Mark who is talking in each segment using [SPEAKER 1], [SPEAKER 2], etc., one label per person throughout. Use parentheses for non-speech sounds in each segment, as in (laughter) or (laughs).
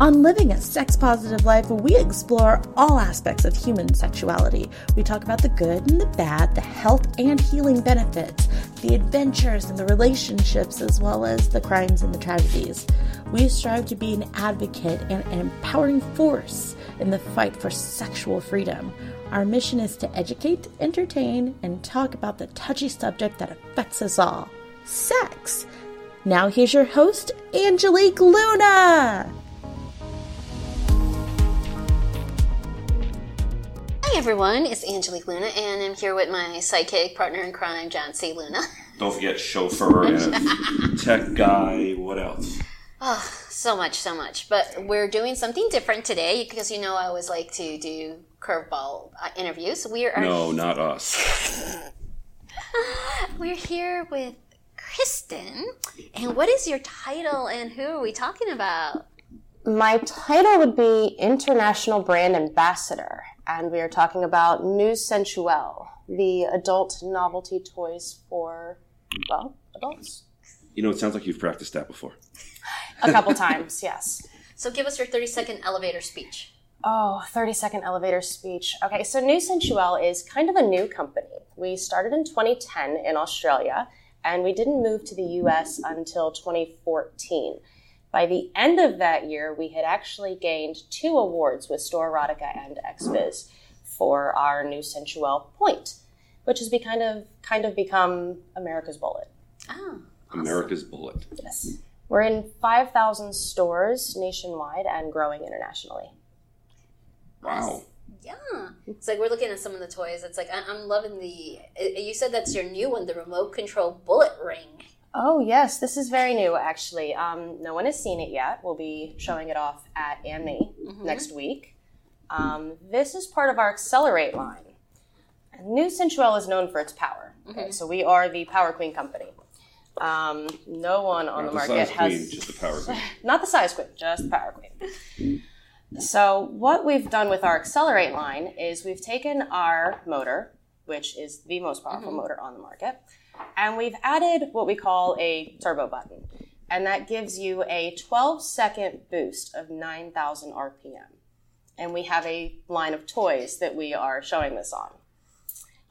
[SPEAKER 1] On Living a Sex Positive Life, we explore all aspects of human sexuality. We talk about the good and the bad, the health and healing benefits, the adventures and the relationships, as well as the crimes and the tragedies. We strive to be an advocate and an empowering force in the fight for sexual freedom. Our mission is to educate, entertain, and talk about the touchy subject that affects us all sex. Now, here's your host, Angelique Luna.
[SPEAKER 2] Hi, everyone. It's Angelique Luna, and I'm here with my psychic partner in crime, John C. Luna. (laughs)
[SPEAKER 3] Don't forget chauffeur and tech guy. What else?
[SPEAKER 2] Oh, so much, so much. But we're doing something different today because you know I always like to do curveball uh, interviews. We are
[SPEAKER 3] No, not us.
[SPEAKER 2] we're here with Kristen. And what is your title and who are we talking about?
[SPEAKER 4] My title would be International Brand Ambassador, and we are talking about New Sensuelle, the adult novelty toys for, well, adults.
[SPEAKER 3] You know, it sounds like you've practiced that before.
[SPEAKER 4] A couple times, yes.
[SPEAKER 2] So give us your 30 second elevator speech.
[SPEAKER 4] Oh, 30 second elevator speech. Okay, so New Sensuelle is kind of a new company. We started in 2010 in Australia, and we didn't move to the US until 2014. By the end of that year, we had actually gained two awards with Store Erotica and XBiz for our new Sensuelle Point, which has be kind of kind of become America's Bullet.
[SPEAKER 2] Oh,
[SPEAKER 3] America's Bullet.
[SPEAKER 4] Yes. We're in 5,000 stores nationwide and growing internationally.
[SPEAKER 3] Wow.
[SPEAKER 2] yeah. It's like we're looking at some of the toys. It's like I- I'm loving the. uh, You said that's your new one, the remote control bullet ring.
[SPEAKER 4] Oh, yes, this is very new, actually. Um, no one has seen it yet. We'll be showing it off at AMI next week. Um, this is part of our Accelerate line. And New Sensuelle is known for its power. Okay, so we are the Power Queen company. Um, no one
[SPEAKER 3] Not
[SPEAKER 4] on the
[SPEAKER 3] the
[SPEAKER 4] market
[SPEAKER 3] size
[SPEAKER 4] has
[SPEAKER 3] queen, just the
[SPEAKER 4] (laughs)
[SPEAKER 3] power queen.
[SPEAKER 4] not the size queen, just the power queen. So what we've done with our accelerate line is we've taken our motor, which is the most powerful motor on the market, and we've added what we call a turbo button. And that gives you a 12 second boost of 9,000 RPM. And we have a line of toys that we are showing this on.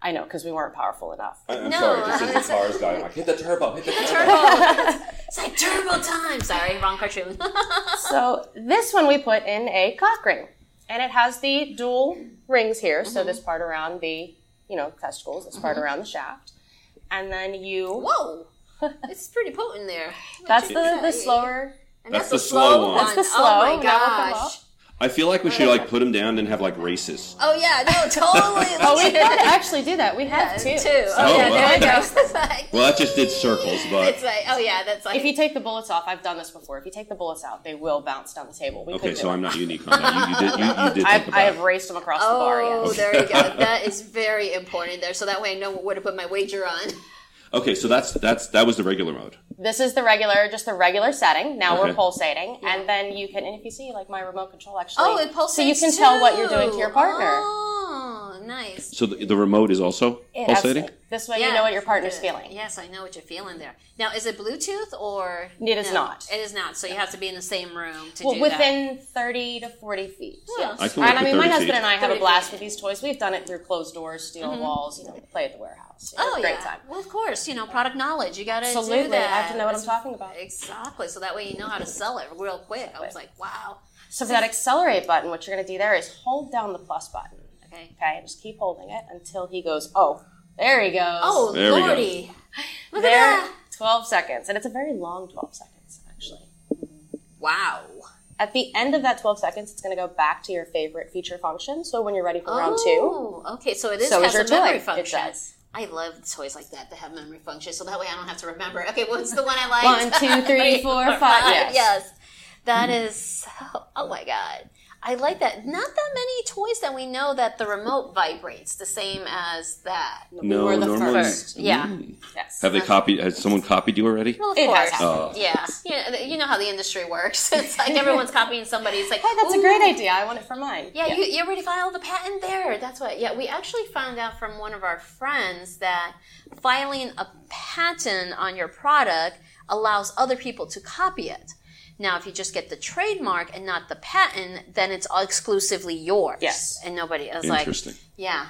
[SPEAKER 4] I know, because we weren't powerful enough.
[SPEAKER 3] I, am
[SPEAKER 2] No,
[SPEAKER 3] sorry, just
[SPEAKER 2] I
[SPEAKER 3] as
[SPEAKER 2] was-
[SPEAKER 3] the cars guy, I'm like, hit the turbo, hit the turbo.
[SPEAKER 2] Turbo. it's like turbo time. Sorry, wrong cartoon. (laughs)
[SPEAKER 4] So this one we put in a cock ring, and it has the dual rings here.
[SPEAKER 2] Mm-hmm.
[SPEAKER 4] So this part around the, you know, testicles, this part around the shaft, and then you. (laughs)
[SPEAKER 2] Whoa, it's pretty potent there.
[SPEAKER 4] That's the,
[SPEAKER 2] (laughs)
[SPEAKER 4] the slower.
[SPEAKER 2] And
[SPEAKER 3] That's the slow one.
[SPEAKER 4] That's the
[SPEAKER 2] Oh
[SPEAKER 4] slow.
[SPEAKER 2] my
[SPEAKER 4] Now we'll come
[SPEAKER 2] gosh.
[SPEAKER 4] up.
[SPEAKER 3] I feel like we should like put him down and have like races.
[SPEAKER 2] Oh yeah,
[SPEAKER 4] (laughs)
[SPEAKER 2] no, totally.
[SPEAKER 4] Oh, we got to actually do that. We have
[SPEAKER 2] two.
[SPEAKER 4] two.
[SPEAKER 2] Oh yeah, there it
[SPEAKER 3] wow.
[SPEAKER 2] goes. (laughs) It's like-
[SPEAKER 3] Well, that just did circles,
[SPEAKER 2] it's
[SPEAKER 3] but
[SPEAKER 2] like, oh yeah, that's like.
[SPEAKER 4] If you take the bullets off, I've done this before. If you take the bullets out, they will bounce down the table. We
[SPEAKER 3] okay.
[SPEAKER 4] could
[SPEAKER 3] So
[SPEAKER 4] do
[SPEAKER 3] I'm
[SPEAKER 4] it.
[SPEAKER 3] not unique on that. You, you did. You, you did think
[SPEAKER 4] I've,
[SPEAKER 3] about.
[SPEAKER 4] I have
[SPEAKER 3] it.
[SPEAKER 4] raced them across the bar.
[SPEAKER 2] Oh,
[SPEAKER 4] Yes.
[SPEAKER 2] there you
[SPEAKER 4] (laughs)
[SPEAKER 2] go. That is very important there. So that way I know where to put my wager
[SPEAKER 4] (laughs)
[SPEAKER 2] on.
[SPEAKER 3] Okay, so that's that's that was the regular mode.
[SPEAKER 4] This is the regular, just the regular setting. Now
[SPEAKER 3] Okay.
[SPEAKER 4] we're pulsating, and then you can, and if you see, like my remote control actually.
[SPEAKER 2] Oh, it pulsates.
[SPEAKER 4] So you can tell what you're doing to your
[SPEAKER 2] too.
[SPEAKER 4] partner.
[SPEAKER 2] Oh, nice.
[SPEAKER 3] So the, the remote is also
[SPEAKER 4] It
[SPEAKER 3] pulsating.
[SPEAKER 4] absolutely- This way you know what your partner's
[SPEAKER 2] Good.
[SPEAKER 4] feeling.
[SPEAKER 2] Yes, I know what you're feeling there. Now, is it Bluetooth or?
[SPEAKER 4] It is not.
[SPEAKER 2] It is not. So you have to be in the same room to
[SPEAKER 4] Well,
[SPEAKER 2] do
[SPEAKER 4] within 30 to 40 feet.
[SPEAKER 2] that.
[SPEAKER 3] I
[SPEAKER 2] Well,
[SPEAKER 3] can work
[SPEAKER 4] And I
[SPEAKER 3] with
[SPEAKER 4] mean, my
[SPEAKER 3] 30
[SPEAKER 4] husband
[SPEAKER 3] feet.
[SPEAKER 4] and I have
[SPEAKER 2] 30
[SPEAKER 4] a
[SPEAKER 2] feet. Mm-hmm.
[SPEAKER 4] blast with these toys. We've done it through closed doors, steel walls, you know, we play at the warehouse. You know,
[SPEAKER 2] Oh
[SPEAKER 4] great
[SPEAKER 2] yeah.
[SPEAKER 4] time.
[SPEAKER 2] Well, of course, you know product knowledge. You got to do
[SPEAKER 4] Absolutely. I
[SPEAKER 2] that.
[SPEAKER 4] have to know what I'm talking about.
[SPEAKER 2] Exactly. So that way you know how to sell it real quick. I was like, wow.
[SPEAKER 4] So for that accelerate button, what you're going to do there is hold down the plus button.
[SPEAKER 2] Okay.
[SPEAKER 4] Okay, and just keep holding it until he goes, oh, there he goes.
[SPEAKER 2] Oh
[SPEAKER 3] There we go.
[SPEAKER 2] lordy, look
[SPEAKER 4] there.
[SPEAKER 2] at that!
[SPEAKER 4] 12 seconds. And it's a very long 12 seconds, actually.
[SPEAKER 2] Wow.
[SPEAKER 4] At the end of that 12 seconds, it's going to go back to your favorite feature function. So when you're ready for round two,
[SPEAKER 2] Oh, okay. So it is
[SPEAKER 4] So
[SPEAKER 2] has
[SPEAKER 4] is your
[SPEAKER 2] a memory
[SPEAKER 4] toy. It
[SPEAKER 2] function.
[SPEAKER 4] does.
[SPEAKER 2] I love toys like that that have memory functions. So that way I don't have to remember. Okay, what's the one
[SPEAKER 4] (laughs)
[SPEAKER 2] I
[SPEAKER 4] One,
[SPEAKER 2] like? (laughs)
[SPEAKER 4] two, three, four, five. Yes. Mm-hmm.
[SPEAKER 2] Yes. That is so, oh my god. I like that. Not that many toys that we know that the remote vibrates the same as that. Mm.
[SPEAKER 3] No,
[SPEAKER 4] were the
[SPEAKER 3] normally.
[SPEAKER 4] first.
[SPEAKER 2] Yeah.
[SPEAKER 4] Yes.
[SPEAKER 3] Have they copied? Has someone copied you already?
[SPEAKER 2] Well, of
[SPEAKER 4] It
[SPEAKER 2] course.
[SPEAKER 4] has happened.
[SPEAKER 2] Yeah. yeah. You know how the industry works. (laughs) It's like everyone's copying somebody. It's like,
[SPEAKER 4] Hey, that's a
[SPEAKER 2] "Ooh,
[SPEAKER 4] great idea. I want it for mine.
[SPEAKER 2] Yeah, You, you already filed the patent there. That's what. Yeah, we actually found out from one of our friends that filing a patent on your product allows other people to copy it. Now, if you just get the trademark and not the patent, then it's exclusively yours.
[SPEAKER 4] Yes.
[SPEAKER 2] And nobody else. Like,
[SPEAKER 3] Interesting.
[SPEAKER 2] yeah.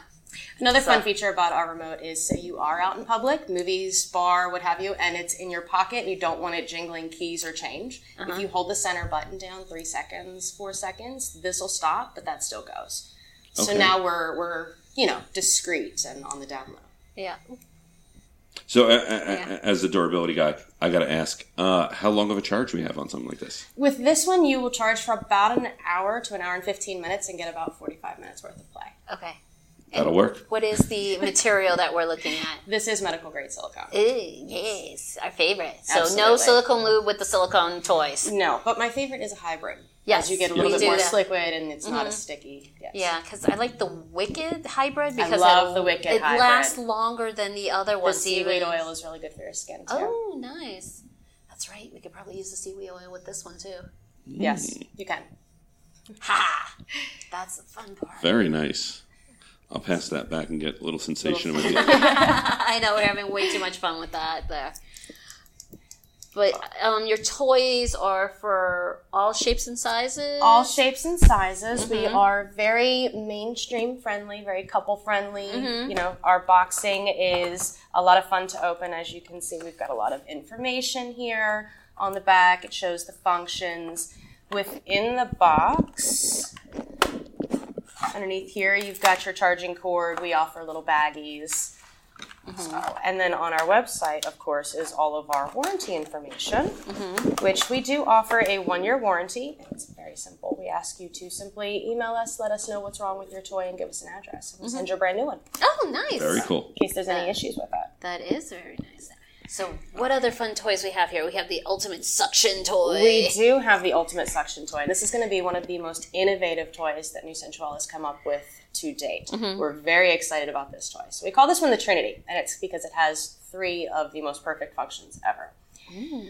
[SPEAKER 4] Another fun feature about our remote is say you are out in public, movies, bar, what have you, and it's in your pocket and you don't want it jingling keys or change. If you hold the center button down three seconds, four seconds, this will stop, but that still goes. So
[SPEAKER 3] Okay.
[SPEAKER 4] now we're, we're, you know, discreet and on the down low.
[SPEAKER 2] Yeah.
[SPEAKER 3] So, uh, uh, uh, as the durability guy, I got to ask, uh, how long of a charge we have on something like this?
[SPEAKER 4] With this one, you will charge for about an hour to an hour and 15 minutes and get about 45 minutes worth of play.
[SPEAKER 2] Okay.
[SPEAKER 3] That'll work.
[SPEAKER 2] What is the material that we're looking at?
[SPEAKER 4] This is medical grade silicone.
[SPEAKER 2] Ooh, yes, our favorite. So no
[SPEAKER 4] Absolutely.
[SPEAKER 2] silicone lube with the silicone toys.
[SPEAKER 4] No, but my favorite is a hybrid.
[SPEAKER 2] Yes,
[SPEAKER 4] As you get a
[SPEAKER 2] we
[SPEAKER 4] little bit
[SPEAKER 2] do
[SPEAKER 4] more
[SPEAKER 2] that. Mm-hmm.
[SPEAKER 4] liquid and it's not as sticky. Yes.
[SPEAKER 2] Yeah, because I like the Wicked hybrid because
[SPEAKER 4] love
[SPEAKER 2] it,
[SPEAKER 4] the Wicked
[SPEAKER 2] it
[SPEAKER 4] hybrid.
[SPEAKER 2] lasts longer than the other
[SPEAKER 4] The
[SPEAKER 2] ones.
[SPEAKER 4] seaweed
[SPEAKER 2] even.
[SPEAKER 4] oil is really good for your skin too.
[SPEAKER 2] Oh, nice. That's right. We could probably use the seaweed oil with this one too.
[SPEAKER 4] Yes, you can.
[SPEAKER 2] Ha! That's the fun part. (laughs)
[SPEAKER 3] Very nice. I'll pass that back and get a little sensation with it.
[SPEAKER 2] I know we're having way too much fun with that there. But um, your toys are for all shapes and sizes.
[SPEAKER 4] All shapes and sizes. We are very mainstream friendly, very couple friendly. You know, our boxing is a lot of fun to open. As you can see, we've got a lot of information here on the back. It shows the functions within the box. Underneath here, you've got your charging cord. We offer little baggies. So, and then on our website, of course, is all of our warranty information which we do offer a one year warranty. And It's very simple. We ask you to simply email us, let us know what's wrong with your toy, and give us an address. And we'll send you a brand new one in
[SPEAKER 2] Oh, nice.
[SPEAKER 3] Very cool.
[SPEAKER 4] case there's any issues with that.
[SPEAKER 2] That is very nice. So, what other fun toys we have here? We have the ultimate suction toy.
[SPEAKER 4] We do have the ultimate suction toy. This is going to be one of the most innovative toys that New Sensual has come up with to date. We're very excited about this toy. So we call this one the Trinity, and it's because it has three of the most perfect functions ever.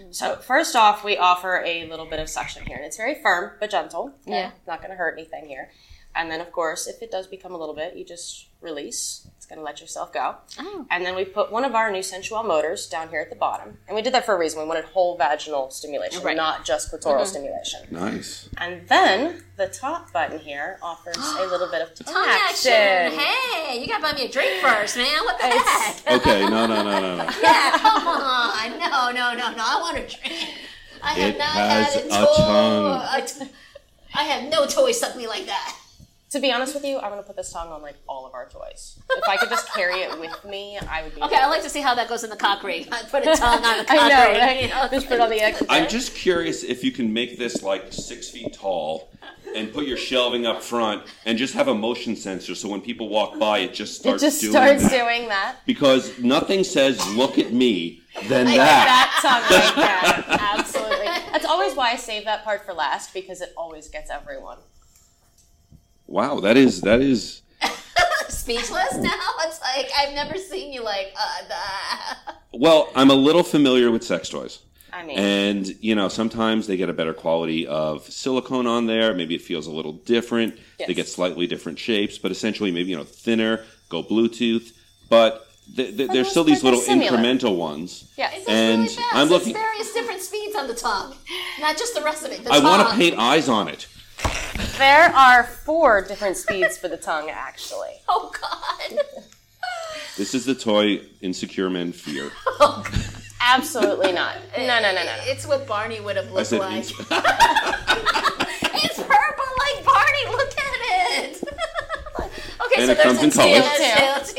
[SPEAKER 4] So first off, we offer a little bit of suction here, and it's very firm but gentle.
[SPEAKER 2] Yeah.
[SPEAKER 4] not going to hurt anything here. And then, of course, if it does become a little bit, you just release. It's going to let yourself go.
[SPEAKER 2] Oh.
[SPEAKER 4] And then we put one of our new sensual motors down here at the bottom. And we did that for a reason. We wanted whole vaginal stimulation,
[SPEAKER 2] Right. Mm-hmm.
[SPEAKER 4] not just clitoral stimulation.
[SPEAKER 3] Nice.
[SPEAKER 4] And then the top button here offers a little bit of
[SPEAKER 2] (gasps)
[SPEAKER 4] tongue,
[SPEAKER 2] Tongue action.
[SPEAKER 4] action.
[SPEAKER 2] Hey, you gotta buy me a drink first, man. What the heck?
[SPEAKER 3] Okay, no, no, no, no, no.
[SPEAKER 2] (laughs) Yeah, come on. No, no, no, no. I want a drink. I have
[SPEAKER 3] It
[SPEAKER 2] not
[SPEAKER 3] has
[SPEAKER 2] had a
[SPEAKER 3] a
[SPEAKER 2] toy.
[SPEAKER 3] tongue.
[SPEAKER 2] A t- I have no toy suck me like that.
[SPEAKER 4] To be honest with you, I'm going to put this tongue on like all of our toys. If I could just carry it with me, I would be.
[SPEAKER 2] Okay, I like to see how that goes in the cock ring. (laughs) I put a tongue on the cock
[SPEAKER 4] I know,
[SPEAKER 2] ring.
[SPEAKER 4] right?
[SPEAKER 2] you know?
[SPEAKER 4] Just put it on the egg.
[SPEAKER 3] I'm just curious if you can make this like six feet tall and put your shelving up front and just have a motion sensor so when people walk by, it just
[SPEAKER 4] It
[SPEAKER 3] starts
[SPEAKER 4] just
[SPEAKER 3] doing
[SPEAKER 4] starts
[SPEAKER 3] that.
[SPEAKER 4] doing that.
[SPEAKER 3] Because nothing says, look at me, than
[SPEAKER 4] Like
[SPEAKER 3] that.
[SPEAKER 4] that tongue right there. Absolutely. That's always why I save that part for last because it always gets everyone.
[SPEAKER 3] Wow, that is, that is.
[SPEAKER 2] Speechless now? It's like, I've never seen you like, uh, the.
[SPEAKER 3] Well, I'm a little familiar with sex toys.
[SPEAKER 4] I mean,
[SPEAKER 3] And, you know, sometimes they get a better quality of silicone on there. Maybe it feels a little different. They
[SPEAKER 4] Yes.
[SPEAKER 3] get slightly different shapes, but essentially, maybe, you know, thinner, go Bluetooth. But th- th- there's
[SPEAKER 4] most
[SPEAKER 3] still these
[SPEAKER 4] part,
[SPEAKER 3] little
[SPEAKER 4] they're similar.
[SPEAKER 3] incremental ones.
[SPEAKER 4] yeah.
[SPEAKER 2] It's
[SPEAKER 3] And
[SPEAKER 2] really fast.
[SPEAKER 3] I'm looking-
[SPEAKER 2] It's various different speeds on the tongue, not just the rest of it. The
[SPEAKER 3] I want to
[SPEAKER 2] tongue.
[SPEAKER 3] paint eyes on it.
[SPEAKER 4] There are four different speeds for the tongue, actually.
[SPEAKER 2] (laughs) Oh God!
[SPEAKER 3] This is the toy insecure men
[SPEAKER 4] (laughs)
[SPEAKER 3] fear.
[SPEAKER 4] Absolutely not. No, no, no, no, no.
[SPEAKER 2] It's what Barney would have
[SPEAKER 3] I
[SPEAKER 2] looked
[SPEAKER 3] said,
[SPEAKER 2] like. (laughs)
[SPEAKER 3] ins-
[SPEAKER 2] It's purple like Barney. Look at it. (laughs) okay, so
[SPEAKER 3] And it
[SPEAKER 2] there's
[SPEAKER 3] comes
[SPEAKER 2] a
[SPEAKER 3] in
[SPEAKER 2] tail
[SPEAKER 4] colors.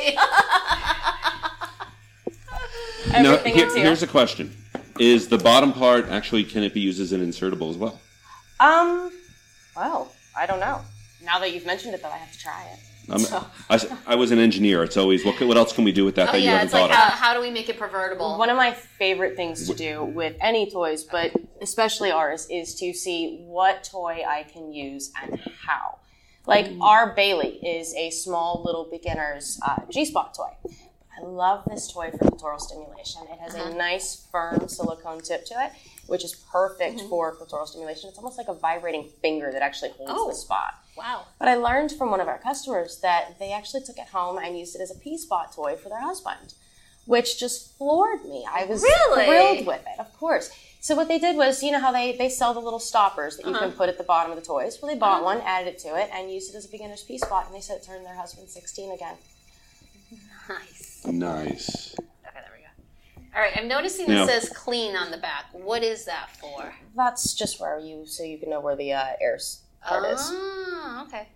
[SPEAKER 2] too.
[SPEAKER 3] no,
[SPEAKER 4] Everything
[SPEAKER 3] here-
[SPEAKER 4] is here.
[SPEAKER 3] here's a question: Is the bottom part actually can it be used as an insertable as well?
[SPEAKER 4] Um, well, I don't know. Now that you've mentioned it, though, I have to try it.
[SPEAKER 3] I'm, I, s- I was an engineer. It's always what, c- what else can we do with that
[SPEAKER 2] Oh
[SPEAKER 3] that you
[SPEAKER 2] yeah,
[SPEAKER 3] haven't
[SPEAKER 2] it's like
[SPEAKER 3] thought
[SPEAKER 2] how,
[SPEAKER 3] of?
[SPEAKER 2] how do we make it pervertible?
[SPEAKER 4] One of my favorite things to do with any toys, but especially ours, is to see what toy I can use and how. Like our Bailey is a small little beginner's uh, G spot toy. I love this toy for clitoral stimulation. It has a nice firm silicone tip to it, which is perfect for clitoral stimulation. It's almost like a vibrating finger that actually holds
[SPEAKER 2] Oh.
[SPEAKER 4] the spot.
[SPEAKER 2] wow.
[SPEAKER 4] But I learned from one of our customers that they actually took it home and used it as a pea spot toy for their husband, which just floored me. I was
[SPEAKER 2] Really?
[SPEAKER 4] thrilled with it, of course. So what they did was, you know how they, they sell the little stoppers that you can put at the bottom of the toys? Well, they bought one, added it to it, and used it as a beginner's pea spot, and they said it turned their husband 16 again.
[SPEAKER 2] Nice.
[SPEAKER 3] Nice.
[SPEAKER 2] Okay, there we go. All right, I'm noticing it
[SPEAKER 3] Yeah.
[SPEAKER 2] says clean on the back. What is that for?
[SPEAKER 4] That's just where you, so you can know where the uh, air's
[SPEAKER 2] Oh.
[SPEAKER 4] part is.
[SPEAKER 2] Ah, okay.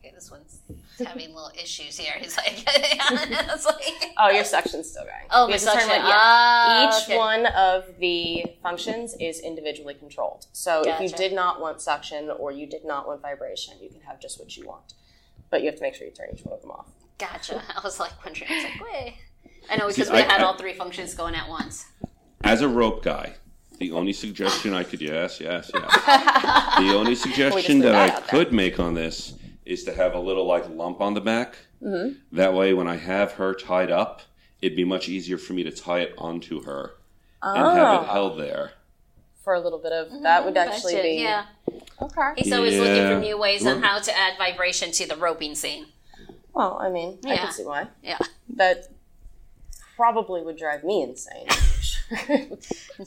[SPEAKER 2] Okay, this (laughs) one's having little issues here. He's like, (laughs) it's like
[SPEAKER 4] Oh, your section's still going.
[SPEAKER 2] oh,
[SPEAKER 4] You
[SPEAKER 2] my
[SPEAKER 4] have to turn
[SPEAKER 2] suction.
[SPEAKER 4] it- yeah.
[SPEAKER 2] Ah,
[SPEAKER 4] Each
[SPEAKER 2] okay.
[SPEAKER 4] one of the functions is individually controlled. So if
[SPEAKER 2] Gotcha.
[SPEAKER 4] you did not want suction or you did not want vibration, you can have just what you want. But you have to make sure you turn each one of them off.
[SPEAKER 2] Gotcha. (laughs) I was like wondering. I was like, wait. I know because
[SPEAKER 3] See,
[SPEAKER 2] we
[SPEAKER 3] I-
[SPEAKER 2] had
[SPEAKER 3] I-
[SPEAKER 2] all three functions going at once.
[SPEAKER 3] As a rope guy, the only suggestion I could yes, yes, yes. the only suggestion
[SPEAKER 4] leave
[SPEAKER 3] that,
[SPEAKER 4] that
[SPEAKER 3] I
[SPEAKER 4] out there.
[SPEAKER 3] could make on this is to have a little like lump on the back. Mm-hmm. That way, when I have her tied up, it'd be much easier for me to tie it onto her and have it held there.
[SPEAKER 4] For a little bit of that would actually
[SPEAKER 2] Mm-hmm, Gotcha.
[SPEAKER 4] be
[SPEAKER 2] Yeah.
[SPEAKER 4] okay.
[SPEAKER 2] He's always looking for
[SPEAKER 3] Yeah.
[SPEAKER 2] new ways on how to add vibration to the roping scene.
[SPEAKER 4] Well, I mean, I
[SPEAKER 2] Yeah.
[SPEAKER 4] can see why.
[SPEAKER 2] Yeah.
[SPEAKER 4] That probably would drive me insane.
[SPEAKER 2] (laughs)
[SPEAKER 4] (laughs)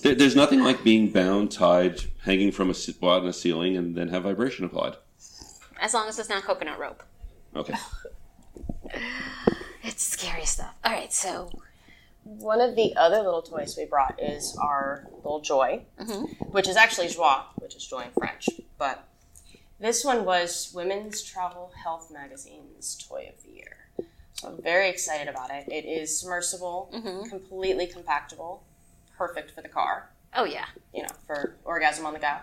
[SPEAKER 3] There, there's nothing like being bound, tied, hanging from a ce- spot in a ceiling, and then have vibration applied.
[SPEAKER 2] As long as it's not coconut rope.
[SPEAKER 3] Okay.
[SPEAKER 2] It's scary stuff. All right, so
[SPEAKER 4] One of the other little toys we brought is our little joy, which is actually joie, which is joy in French. But this one was Women's Travel Health Magazine's Toy of the Year. So I'm very excited about it. It is submersible, completely compactable, perfect for the car,
[SPEAKER 2] oh yeah,
[SPEAKER 4] you know, for orgasm on the go.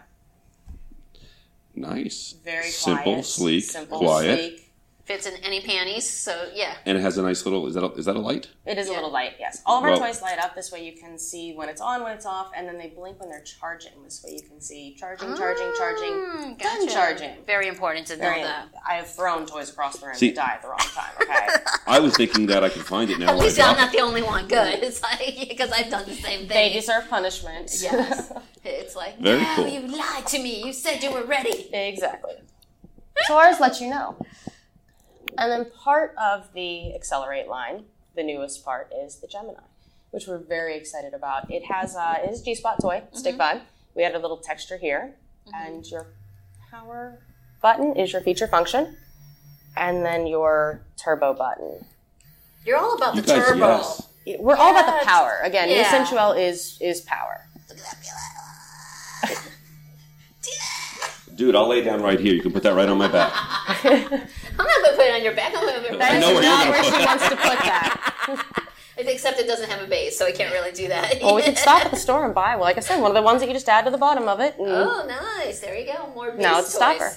[SPEAKER 3] Nice.
[SPEAKER 4] Very
[SPEAKER 3] simple,
[SPEAKER 4] quiet,
[SPEAKER 3] sleek,
[SPEAKER 4] simple,
[SPEAKER 3] quiet,
[SPEAKER 4] sleek.
[SPEAKER 2] fits in any panties. So yeah,
[SPEAKER 3] and it has a nice little. Is that a, is that a light?
[SPEAKER 4] It is a little light, yes. All of our
[SPEAKER 3] Well-
[SPEAKER 4] toys light up this way you can see when it's on, when it's off, and then they blink when they're charging. This way you can see charging, charging, charging,
[SPEAKER 2] Mm,
[SPEAKER 4] done
[SPEAKER 2] gotcha.
[SPEAKER 4] charging.
[SPEAKER 2] Very important to know
[SPEAKER 4] Very-
[SPEAKER 2] that.
[SPEAKER 4] I have thrown toys across the room
[SPEAKER 3] See-
[SPEAKER 4] to die at the wrong time,
[SPEAKER 2] (laughs)
[SPEAKER 4] okay?
[SPEAKER 3] I was thinking that I could find it now.
[SPEAKER 2] At
[SPEAKER 3] when I
[SPEAKER 2] least I'm
[SPEAKER 3] got
[SPEAKER 2] not the only one. Good. (laughs) It's like because I've done the same (laughs)
[SPEAKER 4] they
[SPEAKER 2] thing.
[SPEAKER 4] deserve punishment.
[SPEAKER 2] Yes. It's like
[SPEAKER 3] Very
[SPEAKER 2] no,
[SPEAKER 3] cool.
[SPEAKER 2] you lied to me. You said you were ready.
[SPEAKER 4] exactly. So ours lets you know. And then part of the Accelerate line, the newest part, is the Gemini, which we're very excited about. It has a, it is a G-Spot toy, stick vibe. We added a little texture here. And your power button is your feature function. And then your turbo button
[SPEAKER 2] You're all about
[SPEAKER 3] You
[SPEAKER 2] the
[SPEAKER 3] guys,
[SPEAKER 2] turbo.
[SPEAKER 3] yes.
[SPEAKER 4] we're all about
[SPEAKER 2] Yes.
[SPEAKER 4] the power. Again,
[SPEAKER 2] Yeah.
[SPEAKER 4] Miss Sensuel is is power.
[SPEAKER 3] Dude, I'll lay down right here. You can put that right on my back.
[SPEAKER 2] I'm not gonna put it on your back. I'm gonna put it
[SPEAKER 3] I
[SPEAKER 2] back.
[SPEAKER 3] know where you're
[SPEAKER 4] Not
[SPEAKER 3] gonna
[SPEAKER 4] where
[SPEAKER 3] put
[SPEAKER 4] she
[SPEAKER 3] it.
[SPEAKER 4] wants to put that.
[SPEAKER 2] Except it doesn't have a base, so I can't really do
[SPEAKER 4] (laughs)
[SPEAKER 2] that.
[SPEAKER 4] Well, we could
[SPEAKER 2] (laughs)
[SPEAKER 4] Oh, stop at the store and buy. Well, like I said, one of the ones that you just add to the bottom of it. And
[SPEAKER 2] oh, nice. There you go. More base
[SPEAKER 4] now it's a
[SPEAKER 2] toys.
[SPEAKER 4] stopper.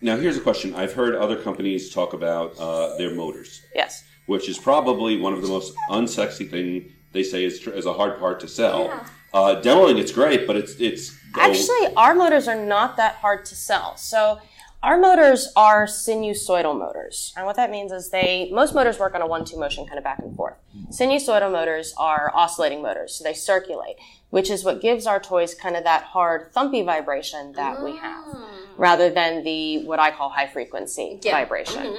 [SPEAKER 3] Now, here's a question. I've heard other companies talk about uh, their motors,
[SPEAKER 4] Yes.
[SPEAKER 3] which is probably one of the most unsexy thing they say is, tr- is a hard part to sell. Uh, demoing, it's great, but it's it's
[SPEAKER 4] Actually, our motors are not that hard to sell. So our motors are sinusoidal motors. And what that means is they, most motors work on a one-two motion kind of back and forth. Sinusoidal motors are oscillating motors, so they circulate, which is what gives our toys kind of that hard thumpy vibration that we have, rather than the, what I call high frequency
[SPEAKER 2] Yeah.
[SPEAKER 4] vibration.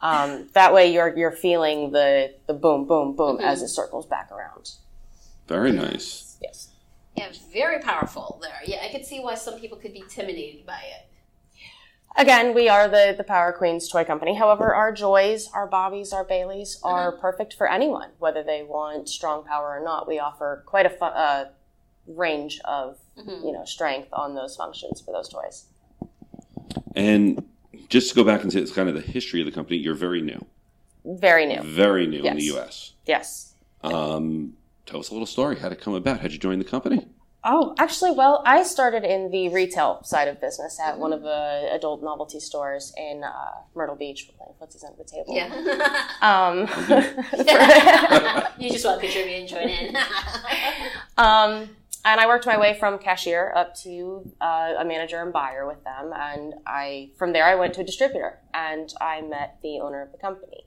[SPEAKER 4] Um, that way you're, you're feeling the, the boom, boom, boom as it circles back around.
[SPEAKER 3] very nice.
[SPEAKER 4] Yes.
[SPEAKER 2] Yeah, very powerful there. Yeah, I could see why some people could be intimidated by it.
[SPEAKER 4] Again, we are the, the Power Queens toy company. However, our Joys, our Bobbies, our Baileys are perfect for anyone, whether they want strong power or not. We offer quite a fu- uh, range of you know strength on those functions for those toys.
[SPEAKER 3] And just to go back and say, it's kind of the history of the company. You're very new,
[SPEAKER 4] Very new.
[SPEAKER 3] very new in the
[SPEAKER 4] Yes.
[SPEAKER 3] U.S.
[SPEAKER 4] Yes.
[SPEAKER 3] Um, tell us a little story. How'd it come about? How'd you join the company?
[SPEAKER 4] Oh, actually, well, I started in the retail side of business at one of the adult novelty stores in uh, Myrtle Beach. We're playing footsies under the table. (laughs)
[SPEAKER 2] Yeah.
[SPEAKER 4] Um,
[SPEAKER 2] you just want a picture of me and join in. (laughs)
[SPEAKER 4] Um, and I worked my way from cashier up to uh, a manager and buyer with them. And I, from there, I went to a distributor and I met the owner of the company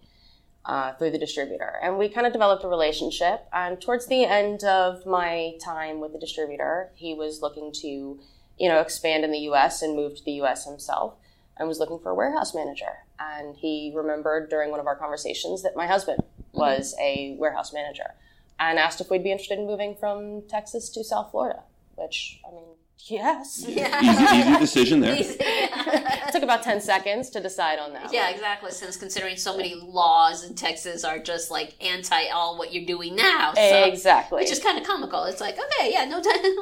[SPEAKER 4] uh, through the distributor. And we kind of developed a relationship. And towards the end of my time with the distributor, he was looking to, you know, expand in the U.S. and move to the U.S. himself and was looking for a warehouse manager.
[SPEAKER 2] Mm-hmm.
[SPEAKER 4] And he remembered during one of our conversations that my husband was a warehouse manager and asked if we'd be interested in moving from Texas to South Florida, which, I mean, yes.
[SPEAKER 3] Easy, easy decision there.
[SPEAKER 4] (laughs) it took about 10 seconds to decide on that.
[SPEAKER 2] Yeah, exactly. Since considering so many laws in Texas are just like anti all what you're doing now, so,
[SPEAKER 4] Exactly.
[SPEAKER 2] which is kind of comical. It's like, okay, yeah, no time. (laughs)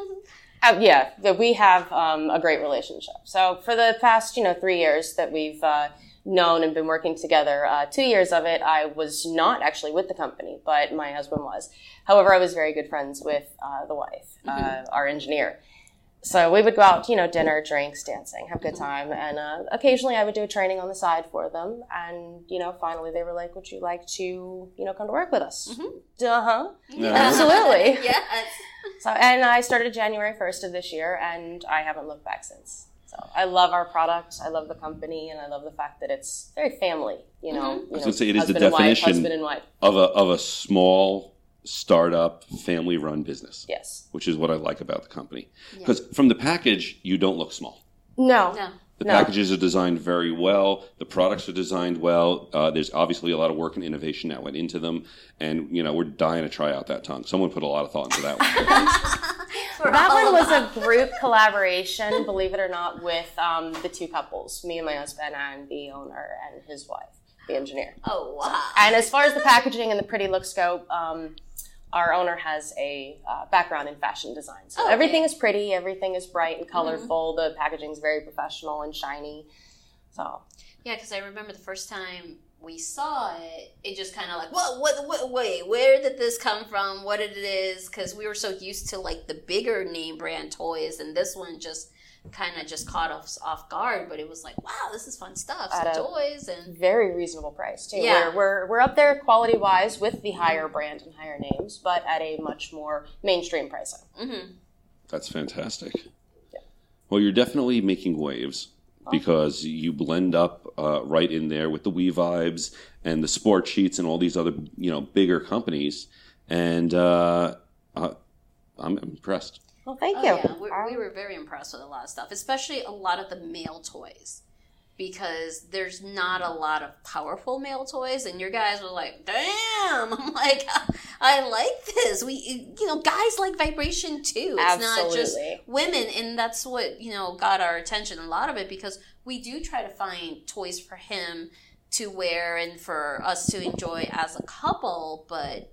[SPEAKER 4] Uh, yeah, that we have um, a great relationship. So for the past, you know, three years that we've uh, known and been working together, uh, two years of it, I was not actually with the company, but my husband was. However, I was very good friends with uh, the wife, uh, our engineer. So we would go out, you know, dinner, drinks, dancing, have a good time, and uh, occasionally I would do a training on the side for them. And you know, finally they were like, "Would you like to, you know, come to work with us?" Uh huh. Absolutely.
[SPEAKER 2] yes.
[SPEAKER 4] So, and I started January 1st of this year, and I haven't looked back since. So, I love our product, I love the company, and I love the fact that it's very family. You know, you know
[SPEAKER 3] gonna say, it is the
[SPEAKER 4] husband and wife,
[SPEAKER 3] definition.
[SPEAKER 4] husband and wife.
[SPEAKER 3] Of a of a small startup family run business,
[SPEAKER 4] Yes.
[SPEAKER 3] which is what I like about the company. Because from the package, you don't look small.
[SPEAKER 4] No.
[SPEAKER 2] No.
[SPEAKER 3] The
[SPEAKER 4] No.
[SPEAKER 3] packages are designed very well. The products are designed well. Uh, there's obviously a lot of work and innovation that went into them, and you know we're dying to try out that tongue. Someone put a lot of thought into that one.
[SPEAKER 2] For
[SPEAKER 4] That
[SPEAKER 2] all
[SPEAKER 4] one
[SPEAKER 2] of
[SPEAKER 4] was
[SPEAKER 2] us.
[SPEAKER 4] a group collaboration, believe it or not, with um, the two couples, me and my husband, and the owner and his wife, the engineer.
[SPEAKER 2] Oh wow.
[SPEAKER 4] And as far as the packaging and the pretty looks go, um, our owner has a uh, background in fashion design. So
[SPEAKER 2] Oh, okay. Mm-hmm.
[SPEAKER 4] everything is pretty, everything is bright and colorful. The packaging is very professional and shiny. So
[SPEAKER 2] Yeah, because I remember the first time we saw it, it just kind of like, what, what, what, wait, where did this come from? What it is? Because we were so used to like the bigger name brand toys, and this one just kind of just caught us off guard. But it was like, wow, this is fun stuff, some
[SPEAKER 4] At a-
[SPEAKER 2] toys, and
[SPEAKER 4] very reasonable price too.
[SPEAKER 2] Yeah.
[SPEAKER 4] We're, we're, we're up there quality wise with the higher brand and higher names, but at a much more mainstream pricing.
[SPEAKER 2] mm-hmm.
[SPEAKER 3] That's fantastic. Well, you're definitely making waves because you blend up uh, right in there with the Wee Vibes and the Sport Sheets and all these other you know bigger companies, and uh, uh, I'm impressed.
[SPEAKER 4] Well, thank
[SPEAKER 2] oh
[SPEAKER 4] you.
[SPEAKER 2] yeah,
[SPEAKER 4] Um,
[SPEAKER 2] we, we were very impressed with a lot of stuff, especially a lot of the male toys. Because there's not a lot of powerful male toys, and your guys were like, "Damn!" (laughs) I'm like, "I like this." We, you know, guys like vibration too. It's not just
[SPEAKER 4] Absolutely.
[SPEAKER 2] women, and that's what you know got our attention. A lot of it because we do try to find toys for him to wear and for us to enjoy as a couple, but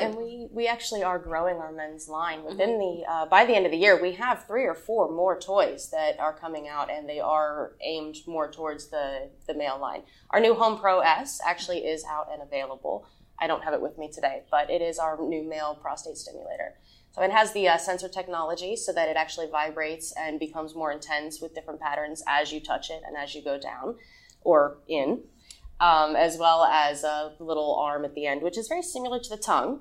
[SPEAKER 4] And
[SPEAKER 2] vib-
[SPEAKER 4] we, we actually are growing our men's line within the uh, by the end of the year we have three or four more toys that are coming out and they are aimed more towards the the male line our new home pro s actually is out and available i don't have it with me today but it is our new male prostate stimulator so it has the uh, sensor technology so that it actually vibrates and becomes more intense with different patterns as you touch it and as you go down or in um, as well as a little arm at the end, which is very similar to the tongue,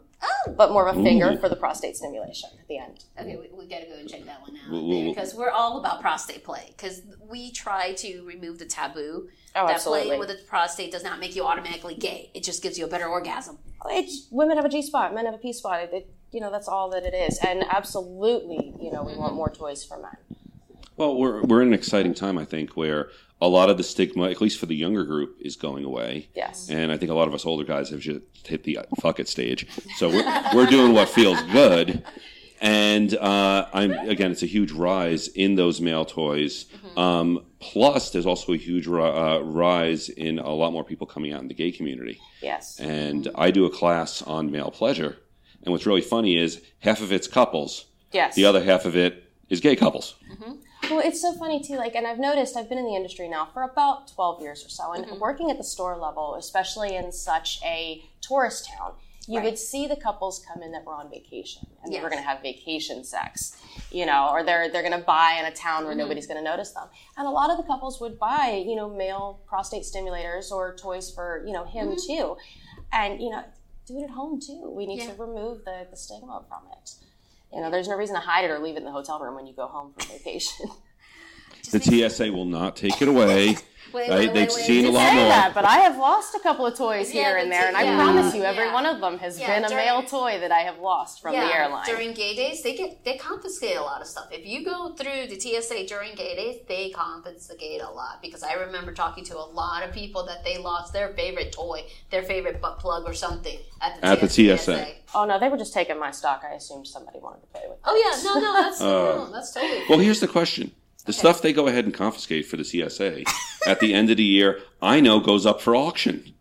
[SPEAKER 4] but more of a finger for the prostate stimulation at the end.
[SPEAKER 2] Okay, we, we got to go and check that one out
[SPEAKER 3] We'll- we'll-
[SPEAKER 2] because we're all about prostate play because we try to remove the taboo
[SPEAKER 4] Oh,
[SPEAKER 2] that
[SPEAKER 4] absolutely.
[SPEAKER 2] playing with the prostate does not make you automatically gay. It just gives you a better orgasm.
[SPEAKER 4] It's, women have a G spot, men have a P spot. It, it, you know, that's all that it is. And absolutely, you know, we want more toys for men.
[SPEAKER 3] Well, we're we're in an exciting time, I think, where a lot of the stigma, at least for the younger group, is going away.
[SPEAKER 4] Yes.
[SPEAKER 3] And I think a lot of us older guys have just hit the fuck it stage. So we're, we're doing what feels good. And uh, I'm again, it's a huge rise in those male toys.
[SPEAKER 2] Mm-hmm.
[SPEAKER 3] Um, plus, there's also a huge ri- uh, rise in a lot more people coming out in the gay community.
[SPEAKER 4] Yes.
[SPEAKER 3] And I do a class on male pleasure. And what's really funny is half of it's couples,
[SPEAKER 4] Yes.
[SPEAKER 3] the other half of it is gay couples.
[SPEAKER 4] Well, it's so funny too. Like, and I've noticed I've been in the industry now for about 12 years or so, and
[SPEAKER 2] Mm-hmm.
[SPEAKER 4] working at the store level, especially in such a tourist town, you would see the couples come in that were on vacation and they were
[SPEAKER 2] Yes.
[SPEAKER 4] going to have vacation sex, you know, or they're they're going to buy in a town
[SPEAKER 2] Mm-hmm.
[SPEAKER 4] where nobody's going to notice them. And a lot of the couples would buy, you know, male prostate stimulators or toys for you know him
[SPEAKER 2] Mm-hmm.
[SPEAKER 4] too, and you know, do it at home too. We need
[SPEAKER 2] Yeah.
[SPEAKER 4] to remove the, the stigma from it. You know, there's no reason to hide it or leave it in the hotel room when you go home from vacation.
[SPEAKER 3] The TSA will not take it away.
[SPEAKER 2] (laughs) Wait,
[SPEAKER 3] right?
[SPEAKER 2] wait,
[SPEAKER 3] They've
[SPEAKER 2] wait, wait.
[SPEAKER 3] seen
[SPEAKER 4] You
[SPEAKER 3] a
[SPEAKER 4] say
[SPEAKER 3] lot more.
[SPEAKER 4] that, but I have lost a couple of toys
[SPEAKER 2] Yeah,
[SPEAKER 4] here and
[SPEAKER 2] that's
[SPEAKER 4] there,
[SPEAKER 2] it,
[SPEAKER 4] and I
[SPEAKER 2] yeah.
[SPEAKER 4] promise you, every
[SPEAKER 2] Yeah.
[SPEAKER 4] one of them has
[SPEAKER 2] Yeah,
[SPEAKER 4] been a
[SPEAKER 2] during-
[SPEAKER 4] male toy that I have lost from the airline.
[SPEAKER 2] During gay days, they get they confiscate a lot of stuff. If you go through the TSA during gay days, they confiscate a lot because I remember talking to a lot of people that they lost their favorite toy, their favorite butt plug or something at the,
[SPEAKER 3] At the
[SPEAKER 2] TSA.
[SPEAKER 3] TSA.
[SPEAKER 4] oh no, they were just taking my stock. I assumed somebody wanted to play with.
[SPEAKER 2] Oh yeah, no, no,
[SPEAKER 3] (laughs)
[SPEAKER 2] that's no, that's totally.
[SPEAKER 3] Uh. Well, here's the question. The stuff they go ahead and confiscate for the CSA at the end of the year, I know goes up for auction.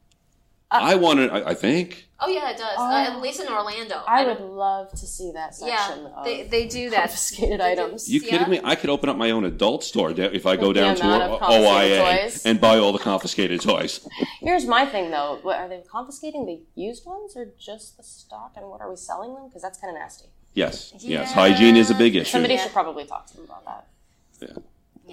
[SPEAKER 3] I want to, I, I think.
[SPEAKER 2] oh yeah, it does. uh, at least in Orlando,
[SPEAKER 4] I
[SPEAKER 2] don't-
[SPEAKER 4] would love to see that section
[SPEAKER 2] Yeah,
[SPEAKER 4] of
[SPEAKER 2] they, they do that.
[SPEAKER 4] confiscated
[SPEAKER 2] They do-
[SPEAKER 4] items.
[SPEAKER 3] You
[SPEAKER 2] Yeah.
[SPEAKER 3] kidding me? I could open up my own adult store da- if I go
[SPEAKER 4] the
[SPEAKER 3] down to
[SPEAKER 4] amount
[SPEAKER 3] O-
[SPEAKER 4] of confiscated
[SPEAKER 3] OIA
[SPEAKER 4] toys.
[SPEAKER 3] and buy all the confiscated toys.
[SPEAKER 4] Here's my thing though: what, are they confiscating the used ones or just the stock? And what are we selling them? Because that's kind of nasty.
[SPEAKER 3] Yes, yes.
[SPEAKER 2] Yeah.
[SPEAKER 3] Hygiene is a big issue.
[SPEAKER 4] Somebody should probably talk to them about that.
[SPEAKER 3] Yeah.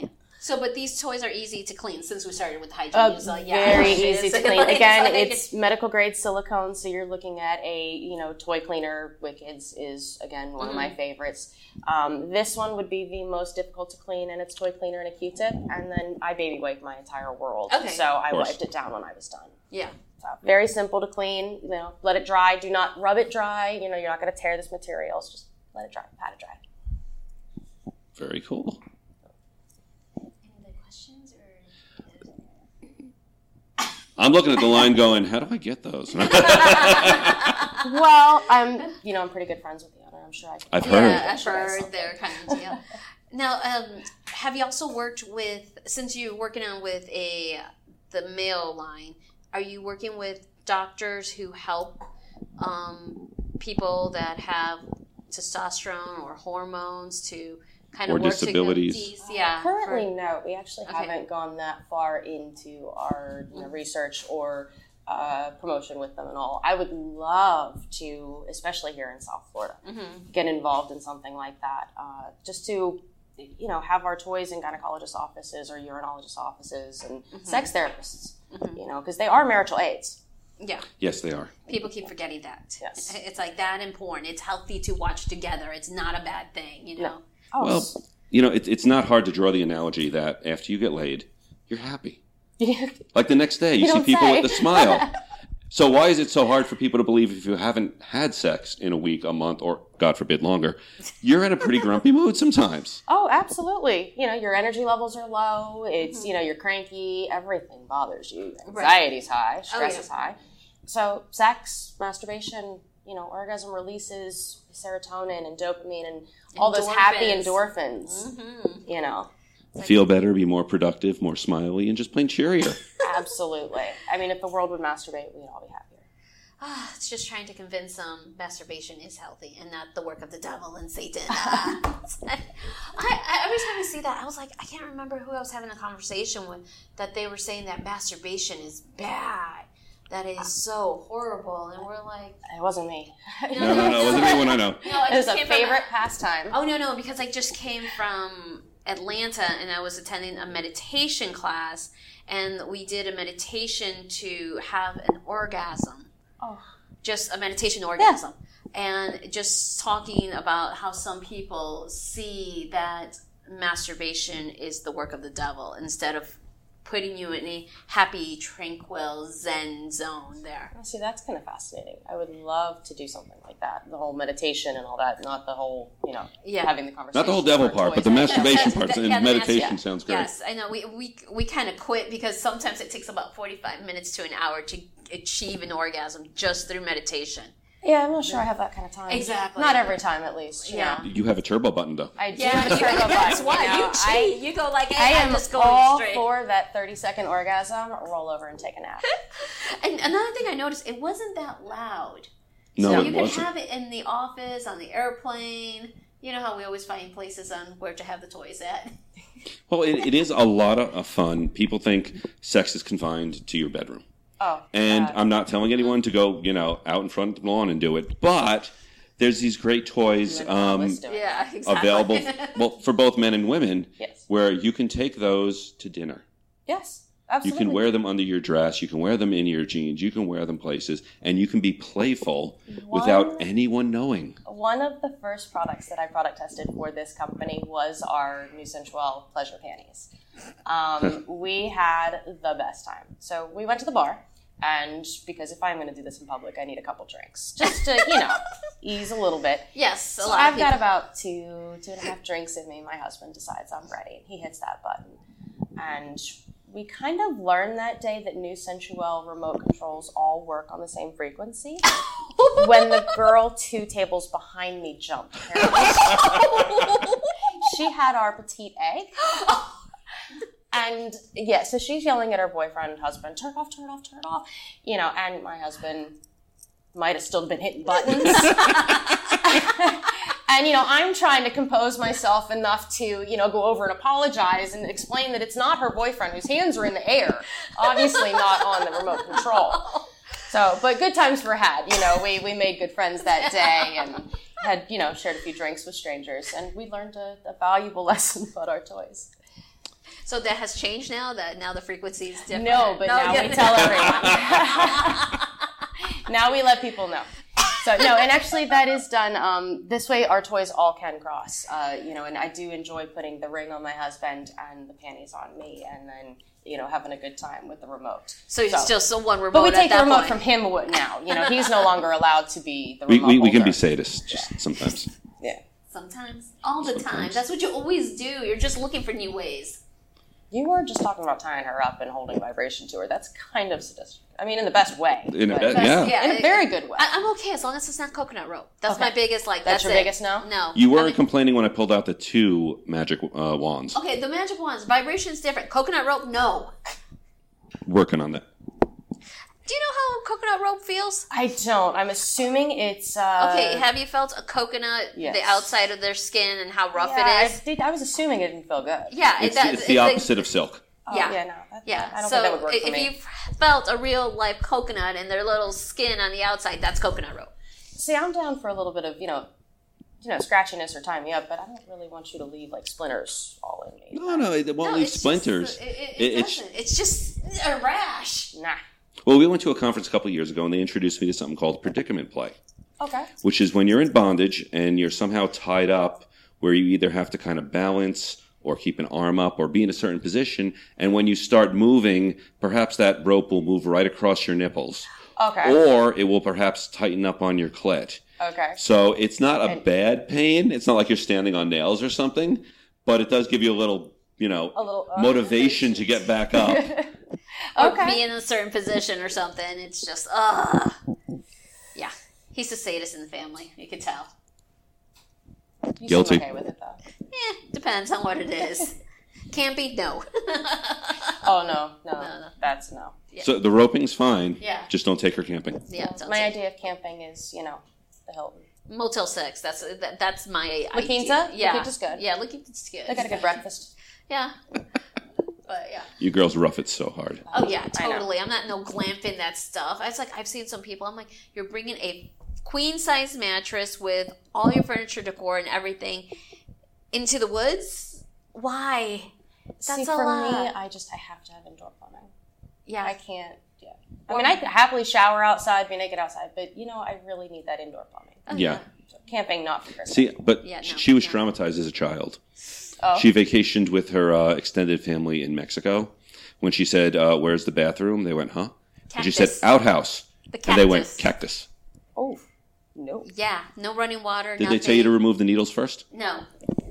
[SPEAKER 2] Yeah. So, but these toys are easy to clean since we started with hygiene.
[SPEAKER 4] Uh,
[SPEAKER 2] so, yeah, (laughs)
[SPEAKER 4] very
[SPEAKER 2] it's
[SPEAKER 4] easy to
[SPEAKER 2] like-
[SPEAKER 4] clean. Again,
[SPEAKER 2] like-
[SPEAKER 4] it's medical grade silicone, so you're looking at a you know toy cleaner. Wickeds is again one of my
[SPEAKER 2] Mm-hmm.
[SPEAKER 4] favorites. Um, this one would be the most difficult to clean, and it's toy cleaner and a Q-tip. And then I baby wiped my entire world,
[SPEAKER 2] Okay.
[SPEAKER 4] so I
[SPEAKER 3] course.
[SPEAKER 4] wiped it down when I was done.
[SPEAKER 2] yeah.
[SPEAKER 4] So very simple to clean. You know, let it dry. Do not rub it dry. You know, you're not going to tear this material. So just let it dry. Pat it dry.
[SPEAKER 3] Very cool.
[SPEAKER 2] Any other questions or?
[SPEAKER 3] I'm looking at the line going, how do I get those? (laughs)
[SPEAKER 4] Well, I'm you know I'm pretty good friends with the owner. I'm sure I can.
[SPEAKER 3] I've heard.
[SPEAKER 2] Yeah, I've heard their kind of
[SPEAKER 4] (laughs)
[SPEAKER 2] deal. now, um, have you also worked with since you're working on with a the male line? Are you working with doctors who help um, people that have testosterone or hormones to kind
[SPEAKER 3] Or
[SPEAKER 2] of work
[SPEAKER 3] disabilities.
[SPEAKER 2] To these, yeah,
[SPEAKER 4] Currently,
[SPEAKER 2] for-
[SPEAKER 4] no. We actually
[SPEAKER 2] Okay. Mm-hmm.
[SPEAKER 4] haven't gone that far into our you know, research or uh, promotion with them at all. I would love to, especially here in South Florida,
[SPEAKER 2] Mm-hmm.
[SPEAKER 4] get involved in something like that, uh, just to you know have our toys in gynecologists' offices or urologists' offices and
[SPEAKER 2] Mm-hmm.
[SPEAKER 4] sex therapists. You know, because they are marital aids.
[SPEAKER 2] yeah.
[SPEAKER 3] yes, they are.
[SPEAKER 2] People keep forgetting that.
[SPEAKER 4] Yes.
[SPEAKER 2] (laughs) It's like that and porn. It's healthy to watch together. It's not a bad thing, you know.
[SPEAKER 4] Oh,
[SPEAKER 3] Well, you know, it, it's not hard to draw the analogy that after you get laid, you're happy.
[SPEAKER 2] (laughs)
[SPEAKER 3] Like the next day, you, see
[SPEAKER 4] don't
[SPEAKER 3] people
[SPEAKER 4] say.
[SPEAKER 3] with a smile. so why is it so hard for people to believe if you haven't had sex in a week, a month, or God forbid longer, you're in a pretty grumpy mood sometimes?
[SPEAKER 4] Oh, absolutely. You know, your energy levels are low. It's,
[SPEAKER 2] Mm-hmm.
[SPEAKER 4] you know, you're cranky. Everything bothers you. Anxiety's high. Stress
[SPEAKER 2] Oh, yeah.
[SPEAKER 4] is high. So, sex, masturbation, you know, orgasm releases serotonin and dopamine and all those happy
[SPEAKER 2] Endorphins. Mm-hmm.
[SPEAKER 4] endorphins. You know,
[SPEAKER 3] Feel better, be more productive, more smiley, and just plain
[SPEAKER 2] (laughs)
[SPEAKER 3] cheerier.
[SPEAKER 4] absolutely. I mean, if the world would masturbate, we'd all be happier.
[SPEAKER 2] Ah, it's just trying to convince them masturbation is healthy and not the work of the devil and Satan.
[SPEAKER 4] (laughs)
[SPEAKER 2] Ah. I, I, every time I see that, I was like, I can't remember who I was having a conversation with that they were saying that masturbation is bad, that it is so horrible, and we're like,
[SPEAKER 4] Ah. It
[SPEAKER 2] (laughs)
[SPEAKER 4] wasn't me.
[SPEAKER 3] No, no, no, it wasn't anyone I know.
[SPEAKER 2] no, I
[SPEAKER 4] It was
[SPEAKER 2] just
[SPEAKER 4] a
[SPEAKER 2] came from-
[SPEAKER 4] favorite pastime.
[SPEAKER 2] Oh no, no, because I just came from Atlanta and I was attending a meditation class, and we did a meditation to have an orgasm.
[SPEAKER 4] Oh.
[SPEAKER 2] Just a meditation orgasm, and just talking about how some people see that masturbation is the work of the devil instead of putting you in a happy, tranquil Zen zone. There,
[SPEAKER 4] See, that's kind of fascinating. I would love to do something like that. The whole meditation and all that, not the whole, you know,
[SPEAKER 2] Yeah.
[SPEAKER 4] having the conversation.
[SPEAKER 3] Not the whole devil
[SPEAKER 4] over
[SPEAKER 3] part, but
[SPEAKER 4] toys.
[SPEAKER 3] the masturbation
[SPEAKER 2] Yeah,
[SPEAKER 3] part
[SPEAKER 2] the-
[SPEAKER 3] and
[SPEAKER 2] yeah, the
[SPEAKER 3] meditation
[SPEAKER 2] mas-
[SPEAKER 3] sounds great.
[SPEAKER 2] Yes, I know. We we we kind of quit because sometimes it takes about forty five minutes to an hour to achieve an orgasm just through meditation.
[SPEAKER 4] (laughs) Yeah, I'm not sure I have that kind of time.
[SPEAKER 2] Exactly.
[SPEAKER 4] Not every time, at least.
[SPEAKER 2] Yeah.
[SPEAKER 4] Yeah.
[SPEAKER 3] You have a turbo button, though.
[SPEAKER 4] I do.
[SPEAKER 2] Yeah,
[SPEAKER 4] have a turbo
[SPEAKER 2] that's
[SPEAKER 4] button,
[SPEAKER 2] why
[SPEAKER 4] you know.
[SPEAKER 2] you cheat. you go like,
[SPEAKER 4] I, I
[SPEAKER 2] hey,
[SPEAKER 4] am
[SPEAKER 2] I'm just going
[SPEAKER 4] all
[SPEAKER 2] straight.
[SPEAKER 4] for that 30 second orgasm. Roll over and take
[SPEAKER 2] (laughs)
[SPEAKER 4] a nap.
[SPEAKER 2] and another thing I noticed, it wasn't that loud.
[SPEAKER 3] No,
[SPEAKER 2] so
[SPEAKER 3] it
[SPEAKER 2] you can
[SPEAKER 3] wasn't.
[SPEAKER 2] have it in the office, on the airplane. You know how we always find places on where to have the toys at.
[SPEAKER 3] Well, it, it is a lot of of fun. People think sex is confined to your bedroom.
[SPEAKER 4] Oh,
[SPEAKER 3] And I'm not telling anyone to go, you know, out in front of the lawn and do it. But there's these great toys um,
[SPEAKER 4] let's do it.
[SPEAKER 2] Yeah, exactly. (laughs)
[SPEAKER 3] available well, for both men and women
[SPEAKER 4] Yes.
[SPEAKER 3] where you can take those to dinner.
[SPEAKER 4] Yes. Absolutely.
[SPEAKER 3] You can wear them under your dress. You can wear them in your jeans. You can wear them places, and you can be playful without anyone knowing.
[SPEAKER 4] One of the first products that I product tested for this company was our new sensual pleasure panties. Um, we had the best time. So we went to the bar, and because if I'm going to do this in public, I need a couple drinks just to you know ease a little bit.
[SPEAKER 2] Yes, a
[SPEAKER 4] So
[SPEAKER 2] lot of
[SPEAKER 4] I've
[SPEAKER 2] people.
[SPEAKER 4] got about two, two and a half drinks in me. My husband decides I'm ready, and he hits that button. And we kind of learned that day that new Sensuel remote controls all work on the same
[SPEAKER 2] (laughs)
[SPEAKER 4] frequency. when the girl two tables behind me
[SPEAKER 2] (laughs)
[SPEAKER 4] jumped, she had our petite egg. And yeah, so she's yelling at her boyfriend and husband, turn it off, turn it off, turn it off. You know, and my husband might have still been hitting buttons. and you know, I'm trying to compose myself enough to, you know, go over and apologize and explain that it's not her boyfriend whose hands are in the air. Obviously not on the remote control. So, but good times were had. You know, we, we made good friends that day and had, you know, shared a few drinks with strangers and we learned a, a valuable (laughs) lesson about our toys.
[SPEAKER 2] So that has changed now. That now the frequency is different.
[SPEAKER 4] No, but now
[SPEAKER 2] yeah.
[SPEAKER 4] we tell everyone.
[SPEAKER 2] (laughs)
[SPEAKER 4] now we let people know. So no, and actually that is done um, this way. Our toys all can cross, uh, you know. And I do enjoy putting the ring on my husband and the panties on me, and then you know having a good time with the remote.
[SPEAKER 2] So you're still still one remote.
[SPEAKER 4] But we
[SPEAKER 2] at
[SPEAKER 4] take the
[SPEAKER 2] that
[SPEAKER 4] remote
[SPEAKER 2] point.
[SPEAKER 4] from him wa- now. You know, he's no longer allowed to be the
[SPEAKER 3] We,
[SPEAKER 4] remote.
[SPEAKER 3] we, we can be
[SPEAKER 4] holder.
[SPEAKER 3] sadists just
[SPEAKER 2] (laughs)
[SPEAKER 3] sometimes.
[SPEAKER 4] Yeah,
[SPEAKER 2] Sometimes, all the time. That's what you always do. You're just looking for new ways.
[SPEAKER 4] you were just talking about tying her up and holding vibration to her. That's kind of sadistic. I mean, in the best way.
[SPEAKER 3] In a
[SPEAKER 4] but-
[SPEAKER 3] bed, yeah.
[SPEAKER 2] yeah.
[SPEAKER 4] in a very good way.
[SPEAKER 2] I, I'm okay as long as it's not coconut rope. That's
[SPEAKER 4] Okay.
[SPEAKER 2] my biggest like.
[SPEAKER 4] That's
[SPEAKER 2] That's,
[SPEAKER 4] your
[SPEAKER 2] it.
[SPEAKER 4] biggest no?
[SPEAKER 2] No.
[SPEAKER 3] You were
[SPEAKER 2] I mean-
[SPEAKER 3] complaining when I pulled out the two magic uh, wands.
[SPEAKER 2] okay. The magic wands, vibration's different. Coconut rope, no.
[SPEAKER 3] Working on that.
[SPEAKER 2] Do you know how coconut rope feels?
[SPEAKER 4] I don't. I'm assuming it's. Uh,
[SPEAKER 2] Okay, have you felt a coconut,
[SPEAKER 4] Yes.
[SPEAKER 2] the outside of their skin, and how rough
[SPEAKER 4] yeah,
[SPEAKER 2] it is?
[SPEAKER 4] I, did, I was assuming it didn't feel good.
[SPEAKER 2] yeah, it
[SPEAKER 3] It's,
[SPEAKER 2] does.
[SPEAKER 3] the- it's the
[SPEAKER 2] like-
[SPEAKER 3] opposite of silk.
[SPEAKER 4] Oh,
[SPEAKER 2] Yeah.
[SPEAKER 4] yeah, no. That,
[SPEAKER 2] yeah,
[SPEAKER 4] I don't
[SPEAKER 2] so
[SPEAKER 4] think that would work
[SPEAKER 2] if
[SPEAKER 4] for me.
[SPEAKER 2] you've felt a real live coconut and their little skin on the outside, that's coconut rope.
[SPEAKER 4] See, I'm down for a little bit of you know, you know, scratchiness or tying me up, but I don't really want you to leave like splinters all in me.
[SPEAKER 3] No, no, it won't
[SPEAKER 2] No,
[SPEAKER 3] leave
[SPEAKER 2] it's just-
[SPEAKER 3] splinters.
[SPEAKER 2] it, it,
[SPEAKER 3] It-
[SPEAKER 2] it
[SPEAKER 3] it's-
[SPEAKER 2] doesn't. It's just a rash.
[SPEAKER 4] Nah.
[SPEAKER 3] well, we went to a conference a couple years ago, and they introduced me to something called predicament play.
[SPEAKER 4] Okay.
[SPEAKER 3] which is when you're in bondage and you're somehow tied up where you either have to kind of balance or keep an arm up or be in a certain position. And when you start moving, perhaps that rope will move right across your nipples
[SPEAKER 4] Okay.
[SPEAKER 3] or it will perhaps tighten up on your clit.
[SPEAKER 4] Okay.
[SPEAKER 3] So it's not a
[SPEAKER 4] And-
[SPEAKER 3] bad pain. It's not like you're standing on nails or something, but it does give you a little, you know,
[SPEAKER 4] A little, uh,
[SPEAKER 3] motivation to get back up.
[SPEAKER 2] (laughs) Or be
[SPEAKER 4] Okay.
[SPEAKER 2] in a certain position or something. It's just, ugh. Yeah. He's a sadist in the family. You can tell.
[SPEAKER 4] You
[SPEAKER 3] Guilty.
[SPEAKER 4] Seem okay with it though.
[SPEAKER 2] Eh, depends on what it
[SPEAKER 4] (laughs)
[SPEAKER 2] is. Can't be, no.
[SPEAKER 4] Oh no, no,
[SPEAKER 2] No, no.
[SPEAKER 4] that's no.
[SPEAKER 3] So the roping's fine.
[SPEAKER 2] Yeah.
[SPEAKER 3] Just don't take her camping.
[SPEAKER 2] yeah, don't
[SPEAKER 4] My
[SPEAKER 2] say-
[SPEAKER 4] idea of camping is you know the Hilton.
[SPEAKER 2] Motel Six. That's that, that's my
[SPEAKER 4] La Quinta?
[SPEAKER 2] idea. Yeah,
[SPEAKER 4] La Quinta's good.
[SPEAKER 2] Yeah, La Quinta's good.
[SPEAKER 4] They got a good breakfast. (laughs)
[SPEAKER 2] Yeah, but yeah.
[SPEAKER 3] You girls rough it so hard.
[SPEAKER 2] Oh yeah,
[SPEAKER 4] I know.
[SPEAKER 2] totally. I'm not no glamping that stuff. I was like, I've seen some people. I'm like, you're bringing a queen size mattress with all your furniture decor and everything into the woods. Why? That's
[SPEAKER 4] See,
[SPEAKER 2] a
[SPEAKER 4] for me,
[SPEAKER 2] lot.
[SPEAKER 4] I just I have to have indoor plumbing.
[SPEAKER 2] yeah,
[SPEAKER 4] I can't. Yeah. I mean, I could happily shower outside, be naked outside, but you know, I really need that indoor plumbing.
[SPEAKER 2] Oh,
[SPEAKER 3] Yeah.
[SPEAKER 4] So camping, not for Christmas.
[SPEAKER 3] See, but
[SPEAKER 2] Yeah, no,
[SPEAKER 3] sh- she was
[SPEAKER 2] no.
[SPEAKER 3] traumatized as a child.
[SPEAKER 4] Oh.
[SPEAKER 3] She vacationed with her uh, extended family in Mexico. When she said, uh, "Where's the bathroom?" they went, "Huh?" And she said,
[SPEAKER 2] Cactus.
[SPEAKER 3] "Outhouse,"
[SPEAKER 2] The
[SPEAKER 3] and they went,
[SPEAKER 2] cactus.
[SPEAKER 3] "Cactus."
[SPEAKER 4] oh, no.
[SPEAKER 2] Yeah, no running water.
[SPEAKER 3] Did they tell you to remove the needles first?
[SPEAKER 2] No,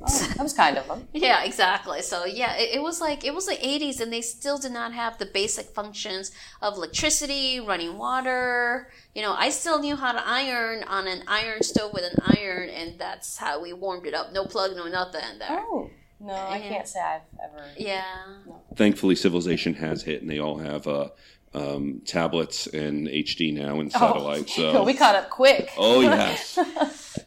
[SPEAKER 4] Oh, that was kind of them.
[SPEAKER 2] Yeah, exactly. So yeah, it, it was like it was the 80s, and they still did not have the basic functions of electricity, running water. You know, I still knew how to iron on an iron stove with an iron, and that's how we warmed it up. No plug, no nothing. There.
[SPEAKER 4] Oh. No, I
[SPEAKER 2] Yeah.
[SPEAKER 4] can't say I've ever.
[SPEAKER 2] Yeah.
[SPEAKER 3] Thankfully, civilization has hit, and they all have uh, um, tablets and HD now and satellite.
[SPEAKER 4] No,
[SPEAKER 3] So,
[SPEAKER 4] Oh. (laughs) we caught up quick.
[SPEAKER 3] (laughs) oh
[SPEAKER 4] (laughs)
[SPEAKER 3] yes.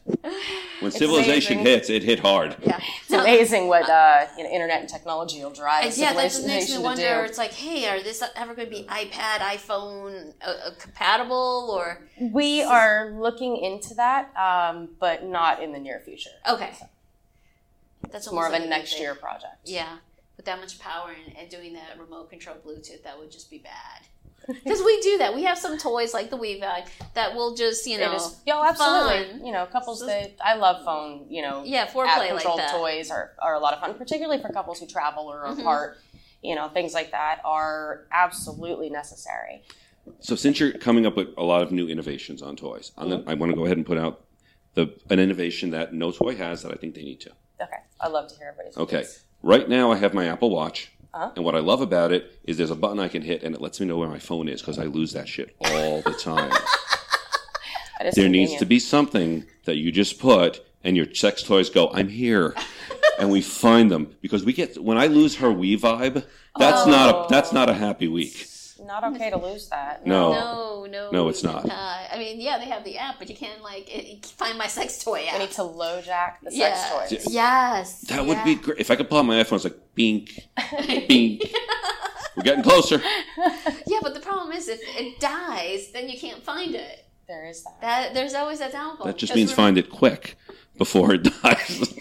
[SPEAKER 3] when civilization
[SPEAKER 4] amazing.
[SPEAKER 3] hits, it hit hard.
[SPEAKER 2] Yeah.
[SPEAKER 4] It's amazing what uh, you know, internet and technology will drive a
[SPEAKER 2] yeah, that just
[SPEAKER 4] civilization
[SPEAKER 2] makes me
[SPEAKER 4] to
[SPEAKER 2] wonder.
[SPEAKER 4] do.
[SPEAKER 2] It's like, hey, are this ever going to be iPad, iPhone uh, uh, compatible, or
[SPEAKER 4] We are looking into that, um, but not in the near future.
[SPEAKER 2] Oh. okay? That's
[SPEAKER 4] It's more of
[SPEAKER 2] almost
[SPEAKER 4] a
[SPEAKER 2] like good
[SPEAKER 4] next
[SPEAKER 2] thing.
[SPEAKER 4] year project.
[SPEAKER 2] Yeah. with that much power and, and doing that remote control Bluetooth, that would just be
[SPEAKER 4] (laughs)
[SPEAKER 2] bad. Because we do that. We have some toys like the Wii bag that will just, you
[SPEAKER 4] They
[SPEAKER 2] know,
[SPEAKER 4] just- yo, absolutely.
[SPEAKER 2] fun.
[SPEAKER 4] You know, couples that I love phone. You know,
[SPEAKER 2] Yeah, foreplay like
[SPEAKER 4] app-controlled
[SPEAKER 2] that. Mm-hmm.
[SPEAKER 4] toys are, are a lot of fun, particularly for couples who travel or are apart. You know, things like that are absolutely necessary.
[SPEAKER 3] So since you're coming up with a lot of new innovations on toys, I'm gonna, I want to go ahead and put out the an innovation that no toy has that I think they need to.
[SPEAKER 4] Okay, I love to hear everybody's.
[SPEAKER 3] Okay.
[SPEAKER 4] thoughts.
[SPEAKER 3] Right now, I have my Apple Watch.
[SPEAKER 4] Uh-huh.
[SPEAKER 3] And what I love about it is there's a button I can hit and it lets me know where my phone is because I lose that shit all the time.
[SPEAKER 4] (laughs) That is
[SPEAKER 3] there needs
[SPEAKER 4] convenient.
[SPEAKER 3] to be something that you just put and your sex toys go, I'm here. and we find them because we get when I lose her Wii vibe, that's not a that's not a happy week.
[SPEAKER 4] not okay to lose
[SPEAKER 3] (laughs)
[SPEAKER 4] that.
[SPEAKER 3] No.
[SPEAKER 2] No, no,
[SPEAKER 3] Oh. No, it's not.
[SPEAKER 2] Uh, I mean, yeah, they have the app, but you can't like it, you find my sex toy
[SPEAKER 4] I need
[SPEAKER 2] app.
[SPEAKER 4] to low jack the
[SPEAKER 2] Yeah.
[SPEAKER 4] sex toys.
[SPEAKER 2] Yes,
[SPEAKER 3] That would be great. If I could pull out my iPhone, it's like bink, bink. We're getting closer.
[SPEAKER 2] yeah. But the problem is, if it dies, then you can't find it.
[SPEAKER 4] There is that.
[SPEAKER 2] That there's always that downfall.
[SPEAKER 3] That just
[SPEAKER 2] 'Cause
[SPEAKER 3] means
[SPEAKER 2] we're-
[SPEAKER 3] find it quick before it (laughs) dies.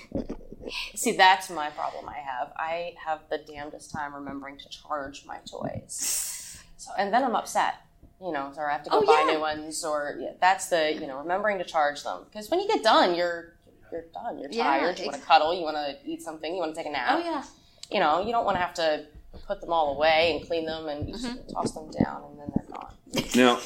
[SPEAKER 4] See, that's my problem I have. I have the damnedest time remembering to charge my toys. So, and then I'm upset, you know, or I have to go
[SPEAKER 2] Oh,
[SPEAKER 4] buy
[SPEAKER 2] yeah.
[SPEAKER 4] new ones, or yeah, that's the, you know, remembering to charge them. Because when you get done, you're you're done. You're
[SPEAKER 2] Yeah,
[SPEAKER 4] tired. You want to
[SPEAKER 2] ex-
[SPEAKER 4] cuddle. You want to eat something. You want to take a nap.
[SPEAKER 2] Oh yeah,
[SPEAKER 4] You know, you don't want to have to put them all away and clean them and you
[SPEAKER 2] Mm-hmm.
[SPEAKER 4] should toss them down, and then they're gone.
[SPEAKER 3] Now,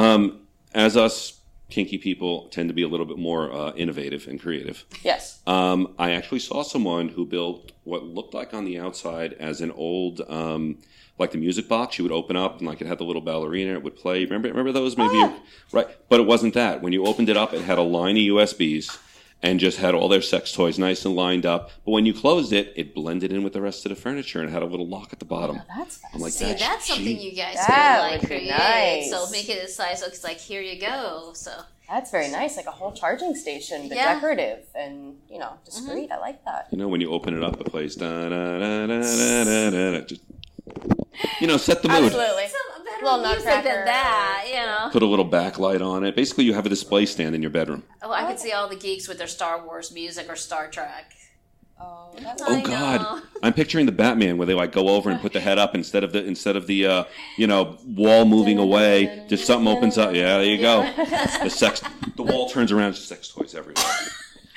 [SPEAKER 3] um, as us kinky people tend to be a little bit more uh, innovative and creative,
[SPEAKER 4] Yes.
[SPEAKER 3] um, I actually saw someone who built what looked like on the outside as an old, um, like the music box. You would open up and like it had the little ballerina. It would play. Remember, remember those? Maybe
[SPEAKER 2] Oh,
[SPEAKER 3] you- right, but it wasn't that. When you opened it up, it had a line of USBs. And just had all their sex toys nice and lined up, but when you closed it, it blended in with the rest of the furniture and had a little lock at the bottom.
[SPEAKER 4] That's
[SPEAKER 3] I'm like,
[SPEAKER 2] see, Oh, that's, something you guys
[SPEAKER 4] That
[SPEAKER 2] could like
[SPEAKER 4] would be
[SPEAKER 2] create.
[SPEAKER 4] nice.
[SPEAKER 2] So make it a size. So it's like here you go. So
[SPEAKER 4] that's very nice. Like a whole charging station, but
[SPEAKER 2] Yeah. Mm-hmm.
[SPEAKER 4] decorative and you know discreet. I like that.
[SPEAKER 3] You know, when you open it up, it plays da da da da da da da. da. Just, you know, set the mood.
[SPEAKER 4] Absolutely.
[SPEAKER 2] some better
[SPEAKER 4] Little
[SPEAKER 2] music
[SPEAKER 4] nutcracker.
[SPEAKER 2] than that, you know.
[SPEAKER 3] Put a little backlight on it. Basically, you have a display stand in your bedroom.
[SPEAKER 2] Oh, I could see all the geeks with their Star Wars music or Star Trek.
[SPEAKER 4] Oh, that's
[SPEAKER 3] Oh
[SPEAKER 2] I
[SPEAKER 3] God,
[SPEAKER 2] know.
[SPEAKER 3] I'm picturing the Batman where they like go over and put the head up instead of the instead of the uh, you know wall moving away. Just something opens up. Yeah, there you go. The sex, the wall turns around. Just sex toys everywhere.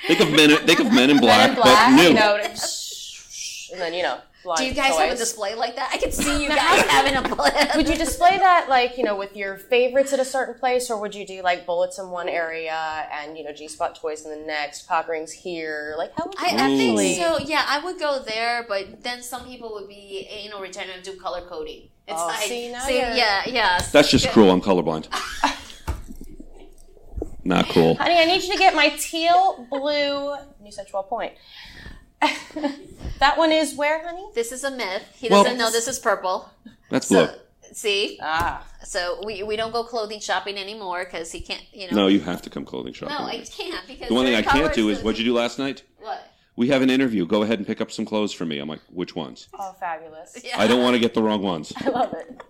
[SPEAKER 3] Think of men. Think of Men in Black,
[SPEAKER 4] Men in black,
[SPEAKER 3] but new.
[SPEAKER 4] you know, (laughs) and then you know. blind
[SPEAKER 2] Do you guys
[SPEAKER 4] toys.
[SPEAKER 2] have a display like that? I could
[SPEAKER 4] (laughs)
[SPEAKER 2] see you guys having a
[SPEAKER 4] Would
[SPEAKER 2] blend.
[SPEAKER 4] you display that like you know with your favorites at a certain place, or would you do like bullets in one area and you know G spot toys in the next, cock rings here? Like how would you
[SPEAKER 2] I, I think
[SPEAKER 4] Ooh.
[SPEAKER 2] so. Yeah, I would go there, but then some people would be anal retentive and do color coding. It's
[SPEAKER 4] Oh,
[SPEAKER 2] like,
[SPEAKER 4] see, now you're-
[SPEAKER 2] yeah, yeah.
[SPEAKER 3] That's just cruel. I'm colorblind. Not cool.
[SPEAKER 4] Honey, I need you to get my teal blue new sexual point. (laughs) that one is where, honey?
[SPEAKER 2] This is a myth. He
[SPEAKER 3] Well-
[SPEAKER 2] doesn't know this is purple.
[SPEAKER 3] That's
[SPEAKER 2] So,
[SPEAKER 3] blue.
[SPEAKER 2] see,
[SPEAKER 4] Ah,
[SPEAKER 2] so we, we don't go clothing shopping anymore because he can't. You know,
[SPEAKER 3] No, you have to come clothing shopping.
[SPEAKER 2] No, I can't because
[SPEAKER 3] The one thing
[SPEAKER 2] their
[SPEAKER 3] I can't
[SPEAKER 2] colors
[SPEAKER 3] do is
[SPEAKER 2] doesn't-
[SPEAKER 3] what'd you do last night?
[SPEAKER 2] What?
[SPEAKER 3] We have an interview. Go ahead and pick up some clothes for me. I'm like, which ones?
[SPEAKER 4] oh, fabulous!
[SPEAKER 2] Yeah.
[SPEAKER 3] I don't want to get the wrong ones.
[SPEAKER 4] I love it.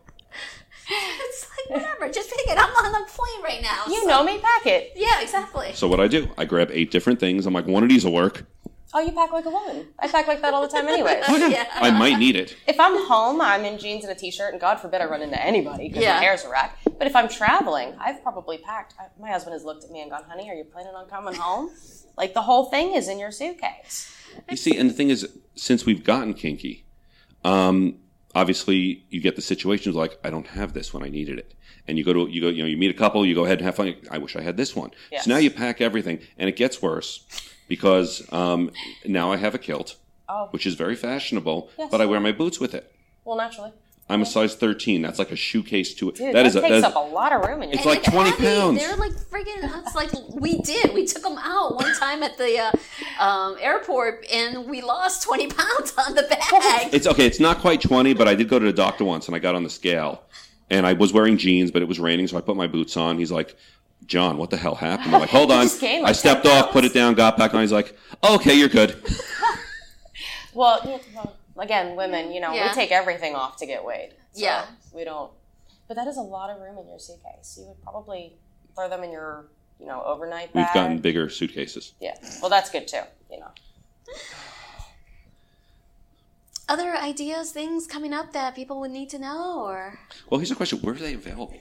[SPEAKER 2] It's like whatever. Just pick it. I'm on the plane right now.
[SPEAKER 4] You
[SPEAKER 2] so-
[SPEAKER 4] know me, pack it.
[SPEAKER 2] Yeah, exactly.
[SPEAKER 3] So what I do? I grab eight different things. I'm like, one of these will work.
[SPEAKER 4] Oh, you pack like a woman. I pack like that all the time, anyways.
[SPEAKER 3] Oh, yeah.
[SPEAKER 2] Yeah.
[SPEAKER 3] (laughs) I might need it.
[SPEAKER 4] If I'm home, I'm in jeans and a t-shirt, and God forbid I run into anybody because
[SPEAKER 2] Yeah.
[SPEAKER 4] my hair's a wreck. But if I'm traveling, I've probably packed. I, my husband has looked at me and gone, "Honey, are you planning on coming home?" Like the whole thing is in your suitcase.
[SPEAKER 3] You see, and the thing is, since we've gotten kinky, um, obviously you get the situations like I don't have this when I needed it, and you go to you go you know you meet a couple, you go ahead and have fun. I wish I had this one.
[SPEAKER 4] Yes.
[SPEAKER 3] So now you pack everything, and it gets worse because um, now I have a kilt,
[SPEAKER 4] Oh.
[SPEAKER 3] which is very fashionable,
[SPEAKER 4] Yes.
[SPEAKER 3] but I wear my boots with it.
[SPEAKER 4] Well, naturally,
[SPEAKER 3] I'm a size 13. That's like a shoe case to it.
[SPEAKER 4] dude,
[SPEAKER 3] that
[SPEAKER 4] that,
[SPEAKER 3] is a,
[SPEAKER 4] takes
[SPEAKER 3] that's,
[SPEAKER 4] up a lot of room in your.
[SPEAKER 3] It's like
[SPEAKER 2] And
[SPEAKER 3] 20
[SPEAKER 2] Abby,
[SPEAKER 3] pounds.
[SPEAKER 2] They're like freaking. It's like we did. We took them out one time at the uh, um, airport, and we lost twenty pounds on the
[SPEAKER 4] Oh,
[SPEAKER 2] bag.
[SPEAKER 3] It's okay. It's not quite 20, but I did go to the doctor once and I got on the scale. And I was wearing jeans, but it was raining, so I put my boots on. He's like, John, what the hell happened? I'm like,
[SPEAKER 4] (laughs)
[SPEAKER 3] hold on.
[SPEAKER 4] just gained
[SPEAKER 3] I
[SPEAKER 4] like
[SPEAKER 3] stepped
[SPEAKER 4] 10
[SPEAKER 3] off, put it down, got back on. He's like, okay, you're
[SPEAKER 4] (laughs)
[SPEAKER 3] good.
[SPEAKER 4] well, yeah, well, again, women, you know,
[SPEAKER 2] Yeah.
[SPEAKER 4] we take everything off to get weighed.
[SPEAKER 2] (laughs)
[SPEAKER 4] So
[SPEAKER 2] Yeah.
[SPEAKER 4] we don't. But that is a lot of room in your suitcase. You would probably throw them in your, you know, overnight bag.
[SPEAKER 3] We've gotten bigger suitcases.
[SPEAKER 4] Yeah. Well, that's good too. You know.
[SPEAKER 2] other ideas, things coming up that people would need to know, or
[SPEAKER 3] Well, here's a question: Where are they available?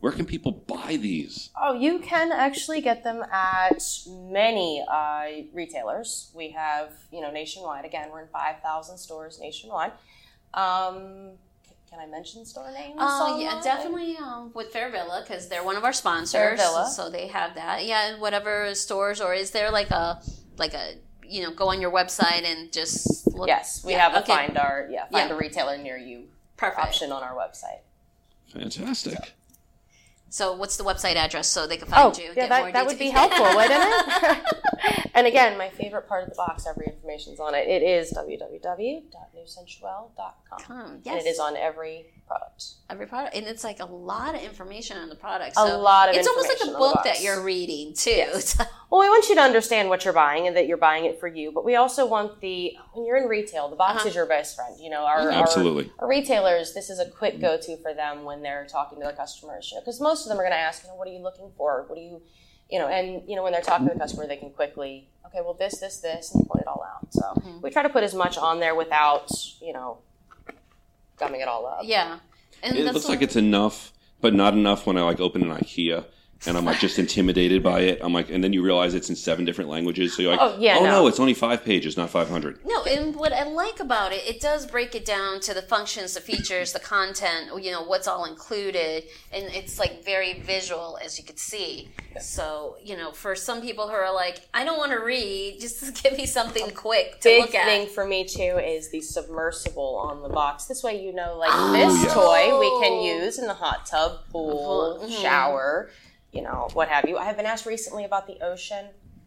[SPEAKER 3] Where can people buy these?
[SPEAKER 4] Oh, you can actually get them at many uh, retailers. We have, you know, nationwide. Again, we're in 5,000 stores nationwide. Um, can I mention store names?
[SPEAKER 2] Uh, yeah,
[SPEAKER 4] online?
[SPEAKER 2] definitely um, with Fair Villa because they're one of our sponsors,
[SPEAKER 4] Fair Villa.
[SPEAKER 2] so they have that. Yeah, and whatever stores, or is there like a like a you know go on your website and just look?
[SPEAKER 4] Yes, we
[SPEAKER 2] Yeah,
[SPEAKER 4] have a
[SPEAKER 2] okay.
[SPEAKER 4] find our yeah find
[SPEAKER 2] Yeah.
[SPEAKER 4] a retailer near you
[SPEAKER 2] Perfect.
[SPEAKER 4] option on our website.
[SPEAKER 3] Fantastic.
[SPEAKER 2] So what's the website address so they can find you? and
[SPEAKER 4] Oh, yeah,
[SPEAKER 2] get more
[SPEAKER 4] that, that would be
[SPEAKER 2] details?
[SPEAKER 4] helpful, wouldn't
[SPEAKER 2] (laughs)
[SPEAKER 4] it? (laughs) and again, my favorite part of the box, every information's on it. It is www.newsensuel.com.
[SPEAKER 2] Um,
[SPEAKER 4] And
[SPEAKER 2] yes.
[SPEAKER 4] it is on every product.
[SPEAKER 2] every product, and it's like a lot of information on the product.
[SPEAKER 4] A
[SPEAKER 2] So
[SPEAKER 4] lot of
[SPEAKER 2] It's almost like
[SPEAKER 4] information
[SPEAKER 2] a
[SPEAKER 4] on the
[SPEAKER 2] book that
[SPEAKER 4] box.
[SPEAKER 2] you're reading too. (laughs)
[SPEAKER 4] Well, we want you to understand what you're buying and that you're buying it for you, but we also want the when you're in retail, the box is your best friend. You know, our, our-
[SPEAKER 3] Absolutely.
[SPEAKER 4] our retailers, this is a quick go-to for them when they're talking to the customers, because most of them are going to ask, you know, what are you looking for? What do you, you know, and you know when they're talking to the customer, they can quickly, okay, well this, this, this, and point it all out. So we try to put as much on there without, you know, gumming it all up.
[SPEAKER 2] yeah, and
[SPEAKER 3] It
[SPEAKER 2] that's
[SPEAKER 3] looks
[SPEAKER 2] what-
[SPEAKER 3] like it's enough, but not enough when I like open an IKEA and I'm like just intimidated by it. I'm like, and then you realize it's in seven different languages. So you're like,
[SPEAKER 4] Oh, yeah,
[SPEAKER 3] oh no.
[SPEAKER 4] no.
[SPEAKER 3] it's only five pages, not five hundred.
[SPEAKER 2] No, and what I like about it, it does break it down to the functions, the features, the content, you know, what's all included, and it's like very visual as you could see. So, you know, for some people who are like, I don't want to read, just (laughs) give me something quick to
[SPEAKER 4] Big
[SPEAKER 2] look at.
[SPEAKER 4] thing for me too is the submersible on the box. This way, you know, like
[SPEAKER 3] Oh,
[SPEAKER 4] this
[SPEAKER 3] yes.
[SPEAKER 4] toy we can
[SPEAKER 2] Oh.
[SPEAKER 4] use in the hot tub, pool,
[SPEAKER 2] Mhm.
[SPEAKER 4] shower, you know, what have you. I have been asked recently about the ocean.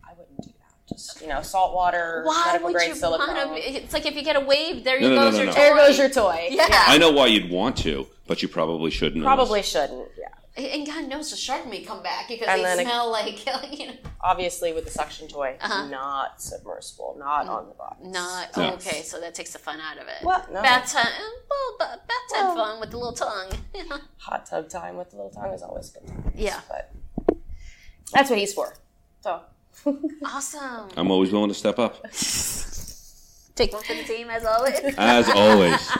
[SPEAKER 4] I wouldn't do that. Just you know, salt water,
[SPEAKER 2] Why
[SPEAKER 4] medical
[SPEAKER 2] would
[SPEAKER 4] grade
[SPEAKER 2] you
[SPEAKER 4] silicone.
[SPEAKER 2] want to? It's like if you get a wave, there
[SPEAKER 3] No,
[SPEAKER 2] you
[SPEAKER 3] no, no,
[SPEAKER 2] goes
[SPEAKER 3] no,
[SPEAKER 2] your
[SPEAKER 3] no.
[SPEAKER 2] toy.
[SPEAKER 4] there goes your toy.
[SPEAKER 2] (laughs) Yeah.
[SPEAKER 3] I know why you'd want to, but you probably shouldn't. unless-
[SPEAKER 4] Probably shouldn't. Yeah.
[SPEAKER 2] And God knows the shark may come back because
[SPEAKER 4] And then
[SPEAKER 2] they
[SPEAKER 4] it-
[SPEAKER 2] smell like, (laughs) you know,
[SPEAKER 4] Obviously, with the suction toy, not submersible, not on the box.
[SPEAKER 2] Uh-huh. not
[SPEAKER 3] Yeah.
[SPEAKER 2] okay. So that takes the fun out of it.
[SPEAKER 4] What? No.
[SPEAKER 2] Bath time, well, ba- bath time
[SPEAKER 4] Well.
[SPEAKER 2] fun with the little tongue. (laughs)
[SPEAKER 4] hot tub time with the little tongue is always good.
[SPEAKER 2] yeah.
[SPEAKER 4] But that's what he's for. So. (laughs)
[SPEAKER 2] Awesome.
[SPEAKER 3] I'm always willing to step up,
[SPEAKER 2] Take one for the team (laughs) as always.
[SPEAKER 3] as
[SPEAKER 4] (laughs)
[SPEAKER 3] always.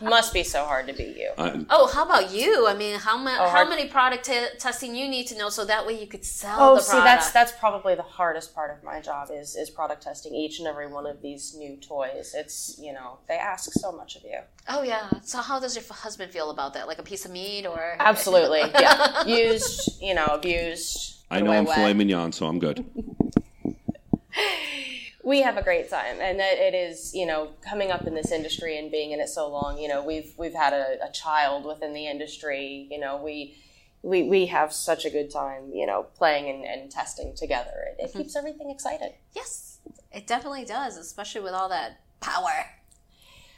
[SPEAKER 4] Must be so hard to beat you.
[SPEAKER 3] I,
[SPEAKER 2] Oh, how about you? Oh, I mean, how much? how
[SPEAKER 4] hard-
[SPEAKER 2] many product te- testing you need to know so that way you could sell
[SPEAKER 4] Oh,
[SPEAKER 2] the
[SPEAKER 4] see, that's
[SPEAKER 2] product?
[SPEAKER 4] that's probably the hardest part of my job is is product testing each and every one of these new toys. It's you know they ask so much of you.
[SPEAKER 2] oh yeah. So how does your f- husband feel about that? Like a piece of meat or?
[SPEAKER 4] (laughs) Absolutely, (laughs) yeah. Used, you know, abused.
[SPEAKER 3] I
[SPEAKER 4] put
[SPEAKER 3] know
[SPEAKER 4] away
[SPEAKER 3] I'm
[SPEAKER 4] wet.
[SPEAKER 3] filet mignon, so I'm good.
[SPEAKER 4] We have a great time, and that it is you know coming up in this industry and being in it so long. You know, we've we've had a, a child within the industry. You know, we. We, we have such a good time, you know, playing and, and testing together. It, it keeps everything excited.
[SPEAKER 2] Yes, it definitely does, especially with all that power.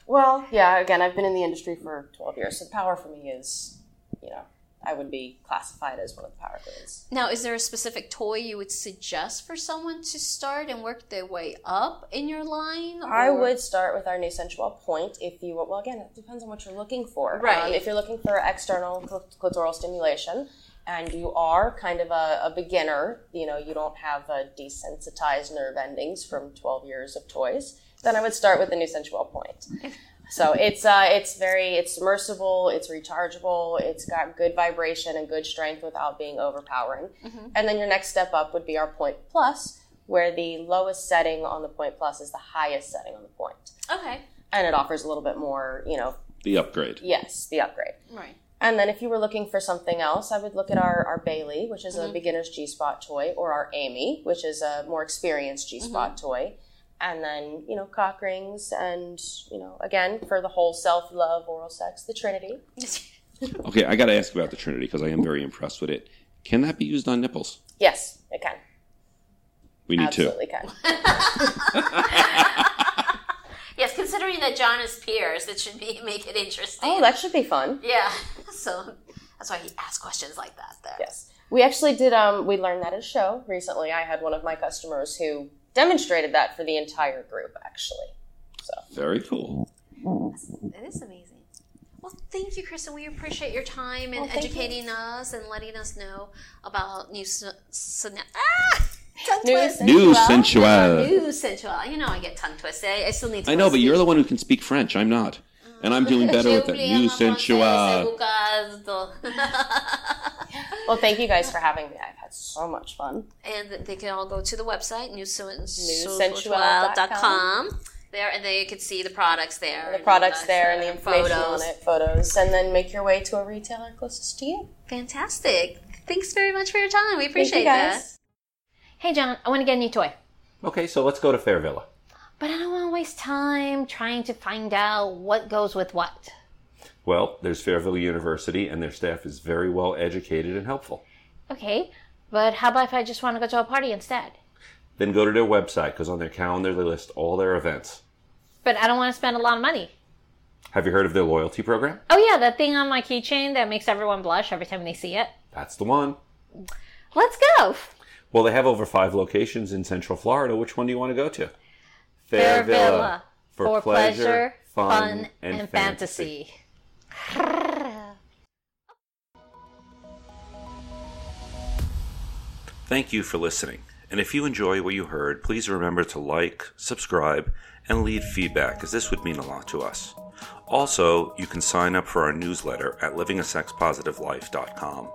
[SPEAKER 4] Well, yeah, again, I've been in the industry for 12 years, so power for me is, you know, I would be classified as one of the power grids.
[SPEAKER 2] Now, is there a specific toy you would suggest for someone to start and work their way up in your line?
[SPEAKER 4] I
[SPEAKER 2] or-
[SPEAKER 4] would start with our new sensual point if you well, again, it depends on what you're looking for.
[SPEAKER 2] Right.
[SPEAKER 4] Um, if you're looking for external cl- clitoral stimulation and you are kind of a, a beginner, you know, you don't have uh desensitized nerve endings from 12 years of toys, then I would start with the new sensual point. So it's uh, it's very it's submersible, it's rechargeable, it's got good vibration and good strength without being overpowering. And then your next step up would be our Point Plus, where the lowest setting on the Point Plus is the highest setting on the Point,
[SPEAKER 2] Okay.
[SPEAKER 4] and it offers a little bit more, you know,
[SPEAKER 3] The upgrade.
[SPEAKER 4] yes, the upgrade.
[SPEAKER 2] Right.
[SPEAKER 4] And then if you were looking for something else, I would look at our, our Bailey, which is a beginner's G spot toy, or our Amy, which is a more experienced G spot toy. And then, you know, cock rings and, you know, again, for the whole self love, oral sex, the Trinity.
[SPEAKER 3] Okay, I got to ask about the Trinity because I am very impressed with it. Can that be used on nipples?
[SPEAKER 4] Yes, it can.
[SPEAKER 3] We need to.
[SPEAKER 4] Absolutely can.
[SPEAKER 2] yes, considering that John is Pierce, it should be (laughs) make it interesting.
[SPEAKER 4] Oh, that should be fun.
[SPEAKER 2] Yeah. (laughs) So that's why he asked questions like that there.
[SPEAKER 4] Yes. We actually did, um, we learned that at a show recently. I had one of my customers who demonstrated that for the entire group, actually.
[SPEAKER 3] Very cool.
[SPEAKER 2] It is amazing. Well, thank you, Kristen. We appreciate your time and
[SPEAKER 4] thank you.
[SPEAKER 2] educating us and letting us know about new. Sen- sen- ah!
[SPEAKER 5] Tongue
[SPEAKER 4] New
[SPEAKER 5] twist.
[SPEAKER 2] New
[SPEAKER 5] Sensual.
[SPEAKER 2] sensual.
[SPEAKER 5] New sensual. You know, I get tongue twisted. I, I still need to.
[SPEAKER 2] I know, but you're the
[SPEAKER 5] speak.
[SPEAKER 2] one who can speak French. I'm not. And I'm doing better
[SPEAKER 4] (laughs)
[SPEAKER 2] with that.
[SPEAKER 5] Giulia
[SPEAKER 2] New
[SPEAKER 5] Mamma Francesca
[SPEAKER 2] sensual.
[SPEAKER 5] Gucazzo.
[SPEAKER 4] Well, thank you guys for having me. I've had so much fun.
[SPEAKER 5] (laughs) and they can all go to the website newsensual.com
[SPEAKER 4] newsensual.com.
[SPEAKER 5] there and they can see the products there
[SPEAKER 4] The products there and the
[SPEAKER 5] and
[SPEAKER 4] information on it, photos, and then make your way to a retailer closest to you.
[SPEAKER 5] fantastic thanks very much for your time we
[SPEAKER 4] Thank
[SPEAKER 5] appreciate
[SPEAKER 4] you guys.
[SPEAKER 5] that hey john i want to get a new toy
[SPEAKER 3] Okay, so let's go to Fair Villa.
[SPEAKER 5] but i don't want to waste time trying to find out what goes with what
[SPEAKER 3] Well, there's Fairville University, and their staff is very well educated and helpful.
[SPEAKER 5] okay but how about if i just want to go to a party instead
[SPEAKER 3] Then go to their website, because on their calendar they list all their events.
[SPEAKER 5] but i don't want to spend a lot of money
[SPEAKER 3] Have you heard of their loyalty program?
[SPEAKER 5] oh yeah that thing on my keychain that makes everyone blush every time they see it
[SPEAKER 3] That's the one.
[SPEAKER 5] let's go
[SPEAKER 3] Well, they have over five locations in Central Florida. Which one do you want to go to?
[SPEAKER 5] Fair
[SPEAKER 3] Villa,
[SPEAKER 5] Villa, for, pleasure, fun, and, fantasy.
[SPEAKER 3] Thank you for listening. And if you enjoy what you heard, please remember to like, subscribe, and leave feedback, as this would mean a lot to us. Also, you can sign up for our newsletter at livingasexpositivelife.com.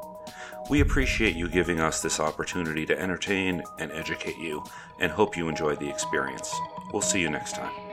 [SPEAKER 3] We appreciate you giving us this opportunity to entertain and educate you, and hope you enjoy the experience. We'll see you next time.